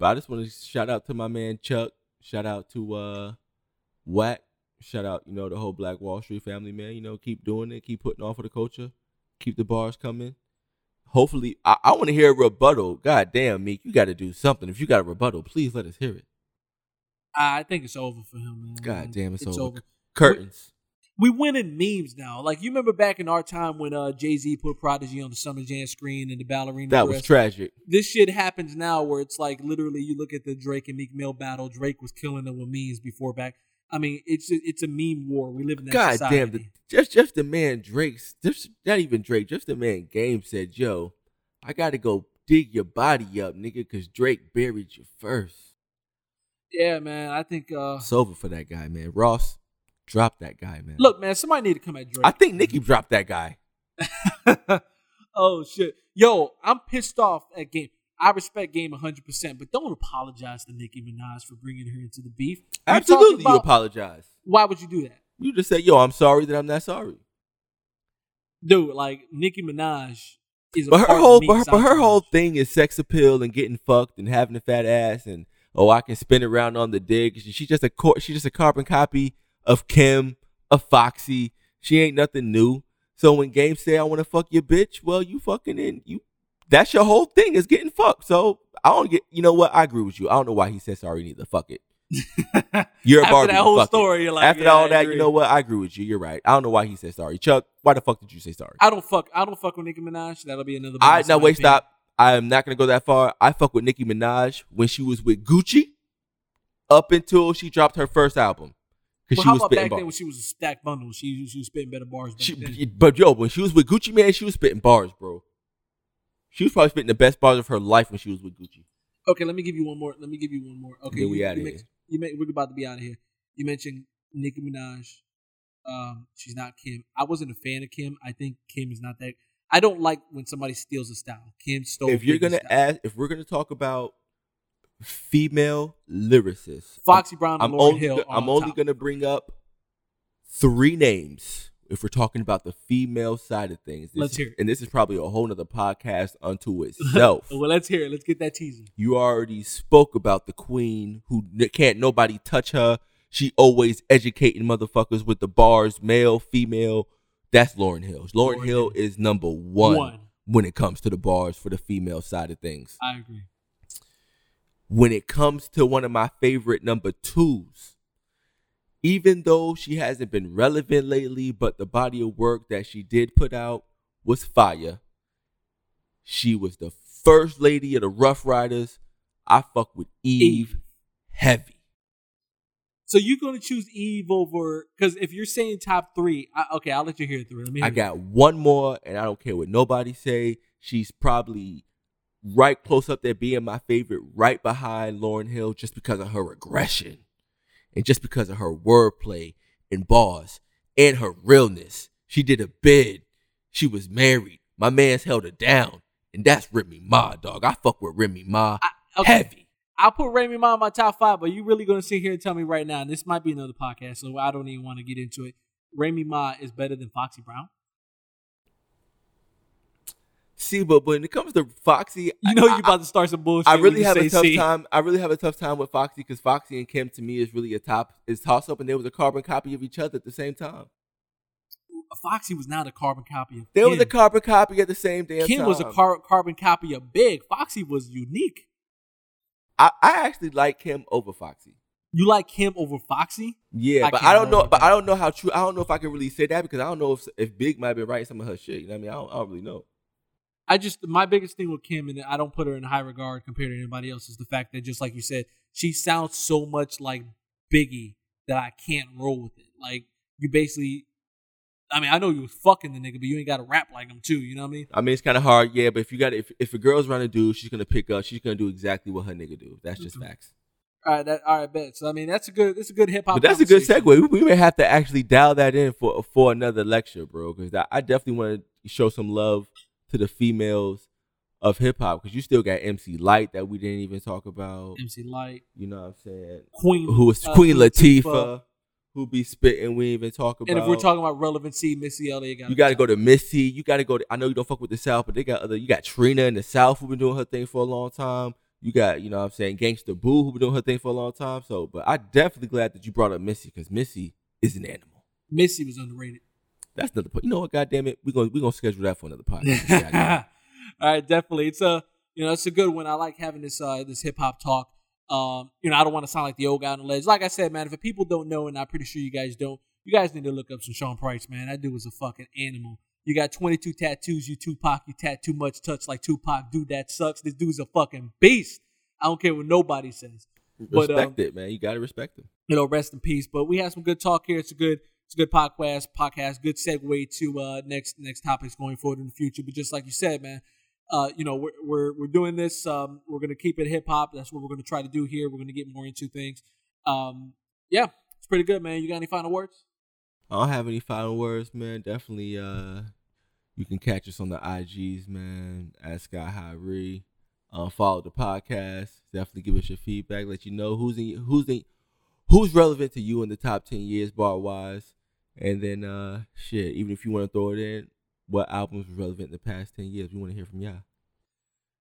But I just want to shout out to my man Chuck. Shout out to uh Wack. Shout out, you know, the whole Black Wall Street family, man. You know, keep doing it. Keep putting on for the culture. Keep the bars coming. Hopefully, I, I want to hear a rebuttal. God damn, Meek, you got to do something. If you got a rebuttal, please let us hear it.
I think it's over for him, man.
God damn, it's over.
over.
Curtains.
we win in memes now. Like you remember back in our time when uh, Jay Z put Prodigy on the Summer Jam screen and the ballerina.
That was
dress.
tragic.
This shit happens now where it's like literally you look at the Drake and Meek Mill battle. Drake was killing them with memes before back. I mean, it's a, it's a meme war. We live in that
God
society.
damn, the, just just the man Drake's just not even Drake, just the man Game said, "Yo, I gotta go dig your body up, nigga, cause Drake buried you first.
yeah, man. I think. Uh,
It's over for that guy, man. Ross, drop that guy, man.
look, man, somebody need to come at Drake.
I think Nicki dropped that guy.
oh shit, yo, I'm pissed off at Game. I respect Game 100, percent but don't apologize to Nicki Minaj for bringing her into the beef. You talking
Absolutely, you
about-
apologize.
Why would you do that?
You just said, "Yo, I'm sorry that I'm not sorry."
dude, like Nicki Minaj is. A
But her
part
whole,
of
but her,
Meek's
but her
entourage.
whole thing is sex appeal and getting fucked and having a fat ass and oh, I can spin around on the dick. She- She's just a cor- she's just a carbon copy of Kim, of Foxy. She ain't nothing new. So when games say I want to fuck your bitch, well, you fucking in you. That's your whole thing is getting fucked. So I don't get. You know what? I agree with you. I don't know why he said sorry neither. Fuck it. You're a
After
Barbie.
that whole
fuck it.
story, you're like,
After
yeah,
all
I
that,
agree.
you know what? I agree with you. You're right. I don't know why he said sorry. Chuck, why the fuck did you say sorry?
I don't fuck. I don't fuck with Nicki Minaj. That'll be another.
I
bonus
now
in my
wait,
opinion.
stop. I am not gonna go that far. I fuck with Nicki Minaj when she was with Gucci, up until she dropped her first album,
Well,
because she
how
was
about
spitting
back then when
bars.
she was a stack bundle? She she was spitting better bars. Back
She-
then.
but yo, when she was with Gucci man, she was spitting bars, bro. She was probably spitting the best bars of her life when she was with Gucci.
okay, let me give you one more. Let me give you one more. Okay,
Then we
you,
outta
you
here.
men- you men- we're about to be out of here. You mentioned Nicki Minaj. Um, she's not Kim. I wasn't a fan of Kim. I think Kim is not that. I don't like when somebody steals a style. Kim stole.
if you're
Nicki's
gonna
style.
ask, if we're gonna talk about female lyricists,
Foxy Brown and
I'm
Lauryn
only,
Hill.
go-
are
I'm
on
only
top.
gonna bring up three names if we're talking about the female side of things. This
Let's
is-
hear it.
And this is probably a whole nother podcast unto itself.
Well, let's hear it. Let's get that teaser.
you already spoke about the queen who n- can't nobody touch her. She always educating motherfuckers with the bars, male, female. That's Lauren Hill. Lauren
Lauryn
Hill is number one,
One.
when it comes to the bars for the female side of things.
I agree.
when it comes to one of my favorite number twos. Even though she hasn't been relevant lately, but the body of work that she did put out was fire. She was the first lady of the Rough Riders. I fuck with Eve,
Eve.
heavy.
So you're gonna choose Eve over because if you're saying top three, I, okay, I'll let you hear three. Let me. Hear
I got one more, and I don't care what nobody say. She's probably right close up there being my favorite, right behind Lauren Hill, just because of her aggression, and just because of her wordplay and bars and her realness. She did a bid. She was married. My man's held her down, and that's Remy Ma, dog. I fuck with Remy Ma
I, okay.
heavy.
I'll put Remy Ma in my top five, but you really gonna sit here and tell me right now, and this might be another podcast, so I don't even want to get into it. Remy Ma is better than Foxy Brown.
See, but when it comes to Foxy,
You know
I-
you're about to start some bullshit.
I
when
really
you
have
say
a tough
C.
time. I really have a tough time with Foxy because Foxy and Kim to me is really a top is toss up, and they was a carbon copy of each other at the same time.
Foxy was not a carbon copy of.
They was a
Kim.
carbon copy at the same damn
Kim
time.
was a car- carbon copy of Big. Foxy was unique.
I, I actually like Kim over Foxy.
You like Kim over Foxy?
Yeah,
I
but
can't
I don't know.
remember
But
that.
I don't know how true. I don't know if I can really say that because I don't know if if Big might have been writing some of her shit. You know what I mean? I don't, I don't really know.
I just my biggest thing with Kim, and I don't put her in high regard compared to anybody else, is the fact that just like you said, she sounds so much like Biggie that I can't roll with it. Like you basically, I mean, I know you was fucking the nigga, but you ain't got to rap like him too. You know what I mean?
I mean, it's kind of hard. Yeah, but if you got if if a girl's running dude, she's gonna pick up. She's gonna do exactly what her nigga do. That's just
Mhm.
facts.
All right, that, all right, bet. So I mean, that's a good, that's a good hip hop.
But that's a good segue. We, we may have to actually dial that in for for another lecture, bro. Because I, I definitely want to show some love to the females of hip hop. Because you still got MC Light that we didn't even talk about.
MC Light,
You know what I'm saying?
Queen,
Who was
uh,
Queen Latifah?
Latifah.
Who be spitting? We ain't even talk about.
And if we're talking about relevancy, Missy Elliott got
you got to go to Missy. You got to go. to I know you don't fuck with the South, but they got other. You got Trina in the South who been doing her thing for a long time. You got, you know what I'm saying, Gangsta Boo who been doing her thing for a long time. So, but I definitely glad that you brought up Missy because Missy is an animal.
Missy was underrated.
That's another point. You know what? God damn it, we're gonna we're gonna schedule that for another podcast. Goddamn.
All right, definitely. It's a you know it's a good one. I like having this uh this hip hop talk. Um, you know I don't want to sound like the old guy on the ledge. Like I said, man, if people don't know, and I'm pretty sure you guys don't, you guys need to look up some Sean Price, man. That dude was a fucking animal. You got 22 tattoos. You Tupac. You tattoo much. Touch like Tupac. Dude, that sucks. This dude's a fucking beast. I don't care what nobody says. But,
respect
um,
it, man. You gotta respect them.
You know, rest in peace. But we had some good talk here. It's a good, it's a good podcast. Podcast. Good segue to uh, next next topics going forward in the future. But just like you said, man, uh, you know, we're, we're, we're doing this. Um, we're going to keep it hip hop. That's what we're going to try to do here. We're going to get more into things. Um, yeah, it's pretty good, man. You got any final words?
I don't have any final words, man. Definitely, uh, you can catch us on the IGs, man. At Sky High Re. Um, follow the podcast. Definitely give us your feedback. Let you know who's in who's in who's relevant to you in the top ten years bar wise. And then uh, shit, even if you want to throw it in, what albums were relevant in the past ten years? We want to hear from y'all.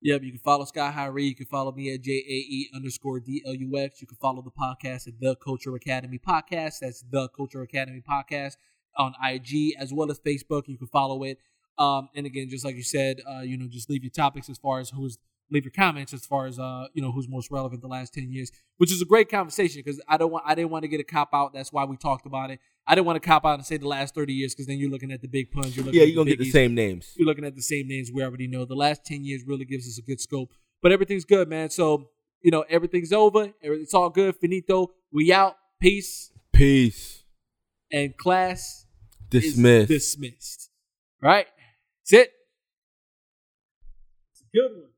Yep, you can follow Sky High Reed. You can follow me at J A E underscore D L U X. You can follow the podcast at The Culture Academy Podcast. That's The Culture Academy Podcast on IG as well as Facebook. You can follow it. Um, and again, just like you said, uh, you know, just leave your topics as far as who's leave your comments as far as uh, you know who's most relevant the last ten years, which is a great conversation because I don't want I didn't want to get a cop out. That's why we talked about it. I didn't want to cop out and say the last thirty years because then you're looking at the big puns. You're looking
Yeah,
at
you're gonna
the
get the
biggies
same names.
you're looking at the same names we already know. The last 10 years really gives us a good scope, but everything's good, man. So, you know, everything's over. Every- It's all good. Finito. We out. Peace.
Peace.
And class is
Dismiss.
dismissed. Right? That's it. It's a good one.